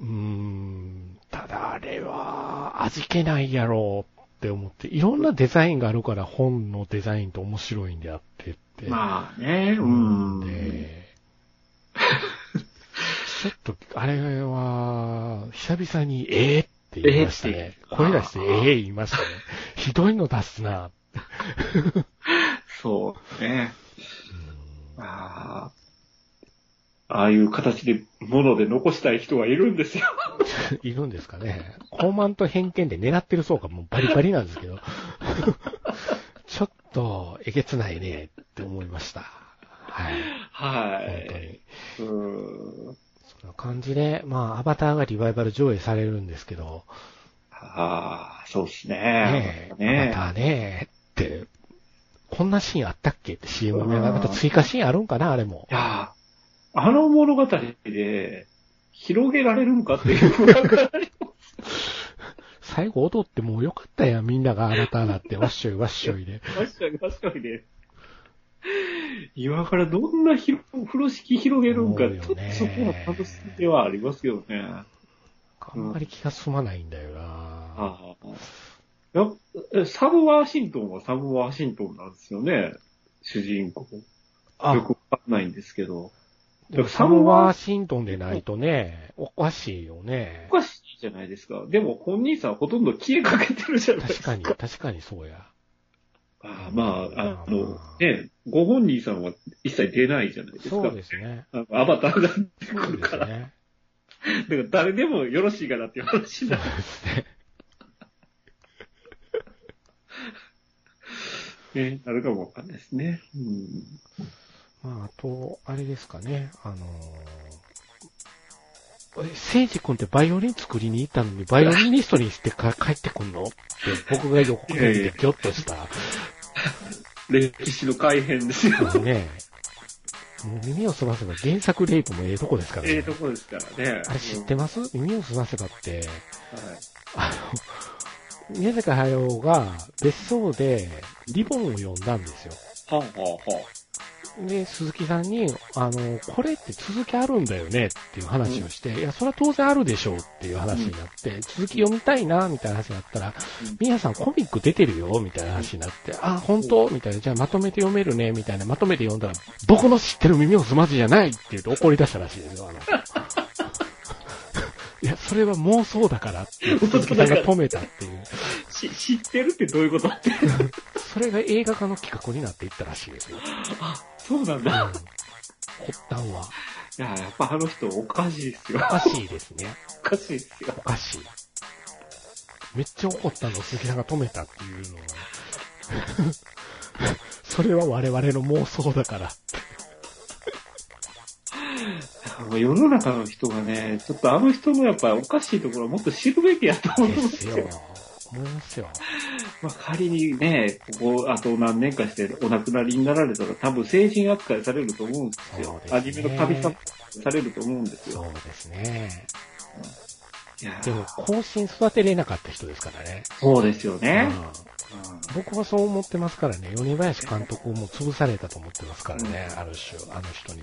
Speaker 2: ーん、ただあれは味気ないやろうって思って、いろんなデザインがあるから本のデザインと面白いんであってって。
Speaker 3: まあね、
Speaker 2: う
Speaker 3: うん。
Speaker 2: で、 ちょっと、あれは、久々に、ええって言いました
Speaker 3: えーっ
Speaker 2: ね
Speaker 3: て。
Speaker 2: 声出して、
Speaker 3: あ
Speaker 2: え
Speaker 3: ー
Speaker 2: え言いま したね。ひどいの出すな。
Speaker 3: そう。ね。ああ。ああいう形で、物で残したい人がいるんですよ。
Speaker 2: いるんですかね。高慢と偏見で狙ってるそうか、もうバリバリなんですけ ど。ちょっと、えげつないね、って思いました。はい。
Speaker 3: は
Speaker 2: 本当
Speaker 3: い。
Speaker 2: に。
Speaker 3: うん。
Speaker 2: そんな感じで、まあ、アバターがリバイバル上映されるんですけど、
Speaker 3: ああ、そうです
Speaker 2: ね
Speaker 3: ね。
Speaker 2: え、アバターねえって、こんなシーンあったっけって CM
Speaker 3: うん
Speaker 2: 見ながら、また追加シーンあるんかな、あれも
Speaker 3: い。やーあの物語で、広げられるんかっていう不安があり
Speaker 2: 最後踊ってもうよかったやん、みんながアバターなって、わっしょいわっしょいで。
Speaker 3: ましたね、確かにね。 今からどんな広風呂敷広げるんか、
Speaker 2: 思うよね
Speaker 3: ちょっとそこは楽しみではありますけどね。
Speaker 2: あんまり気が済まないんだよな、
Speaker 3: ああ。やっえサム・ワシントンはサム・ワシントンなんですよね。主人公。よくわかんないんですけど。
Speaker 2: でもサム・ワーシントンでないとね、おかしいよね
Speaker 3: お。かしいじゃないですか。でも本人さんほとんど消えかけてるじゃない
Speaker 2: 確
Speaker 3: です
Speaker 2: か
Speaker 3: か。
Speaker 2: に、確かにそうや。
Speaker 3: ああまあ、あの
Speaker 2: まあ、
Speaker 3: ね、ご本人さんは一切出ないじゃないですか。
Speaker 2: そうですね。
Speaker 3: あのアバターが出て
Speaker 2: そ
Speaker 3: く
Speaker 2: う
Speaker 3: る
Speaker 2: で
Speaker 3: か
Speaker 2: す
Speaker 3: ら。
Speaker 2: ね。
Speaker 3: だから誰でもよろしいかなっていう話に
Speaker 2: そ
Speaker 3: な
Speaker 2: う
Speaker 3: る。
Speaker 2: ですね。
Speaker 3: ね、なるかもわかんないですね。うん。
Speaker 2: まあ、あと、あれですかね、あのー、え聖司君ってバイオリン作りに行ったのに、バイオリニストにして か帰ってくんのって、僕が予告編でギョッとした。
Speaker 3: 歴史の改変ですよ。
Speaker 2: あのね、もう耳を澄ませば原作レイプもええとこですから
Speaker 3: ええ
Speaker 2: ね
Speaker 3: と。ころですからね。
Speaker 2: あれ知って
Speaker 3: ま
Speaker 2: ます耳を澄ませばって、
Speaker 3: す、はい
Speaker 2: あの、宮崎駿が別荘でリボンを読んだんですよ。
Speaker 3: はあ、はあは
Speaker 2: で、鈴木さんに、あの、これって続きあるんだよねっていう話をして、いや、それは当然あるでしょうっていう話になって、続き読みたいな、みたいな話になったら、
Speaker 3: うん
Speaker 2: みやさんコミック出てるよ、みたいな話になって、あ、本当みたいな、じゃあまとめて読めるね、みたいな、まとめて読んだら、僕の知ってる耳をすまじじゃないって言うと怒り出したらしいですよ、あ の人。いや、それは妄想だからって、鈴木さんが止めたっていう。
Speaker 3: あ。し知ってるってどういうことって。
Speaker 2: それが映画化の企画になっていったらしいですよ。
Speaker 3: そうなん
Speaker 2: うん
Speaker 3: だ。
Speaker 2: 発端は。
Speaker 3: いや、やっぱあの人おかしいですよ
Speaker 2: お。かしいですね。
Speaker 3: おかしいですよ。
Speaker 2: おかしい。めっちゃ怒ったのを鈴木さんが止めたっていうのは。それは我々の妄想だから。
Speaker 3: 世の中の人がね、ちょっとあの人のやっぱおかしいところをもっと知るべきやと思うん
Speaker 2: で
Speaker 3: ですす
Speaker 2: よ
Speaker 3: よ。。
Speaker 2: 思いますよ。
Speaker 3: まあ、仮にね、ここ、あと何年かしてお亡くなりになられたら、多分成人扱いされると思うんです
Speaker 2: そう
Speaker 3: よ。
Speaker 2: ですね
Speaker 3: アニメの神様されると思うんですよ。
Speaker 2: そうですね。
Speaker 3: いやー
Speaker 2: でも、後進育てれなかった人ですからね。
Speaker 3: そうですよね。
Speaker 2: うん僕はそう思ってますからね。米林監督をもう潰されたと思ってますからね。ある種、あの人に。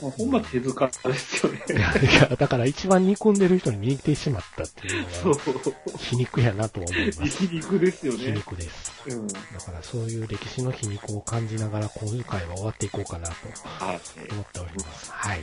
Speaker 3: うん、ほんま手塚ですよね。
Speaker 2: いやいやだから一番憎んでる人に握ってしまったっていう
Speaker 3: そ
Speaker 2: の
Speaker 3: う
Speaker 2: は、。皮肉やなとは思いま
Speaker 3: 生
Speaker 2: す。
Speaker 3: き肉ですよ
Speaker 2: 皮
Speaker 3: ね。
Speaker 2: 肉です。
Speaker 3: うん。
Speaker 2: だからそういう歴史の皮肉を感じながら、今回は終わっていこうかなと
Speaker 3: はい。
Speaker 2: 思っております。はい。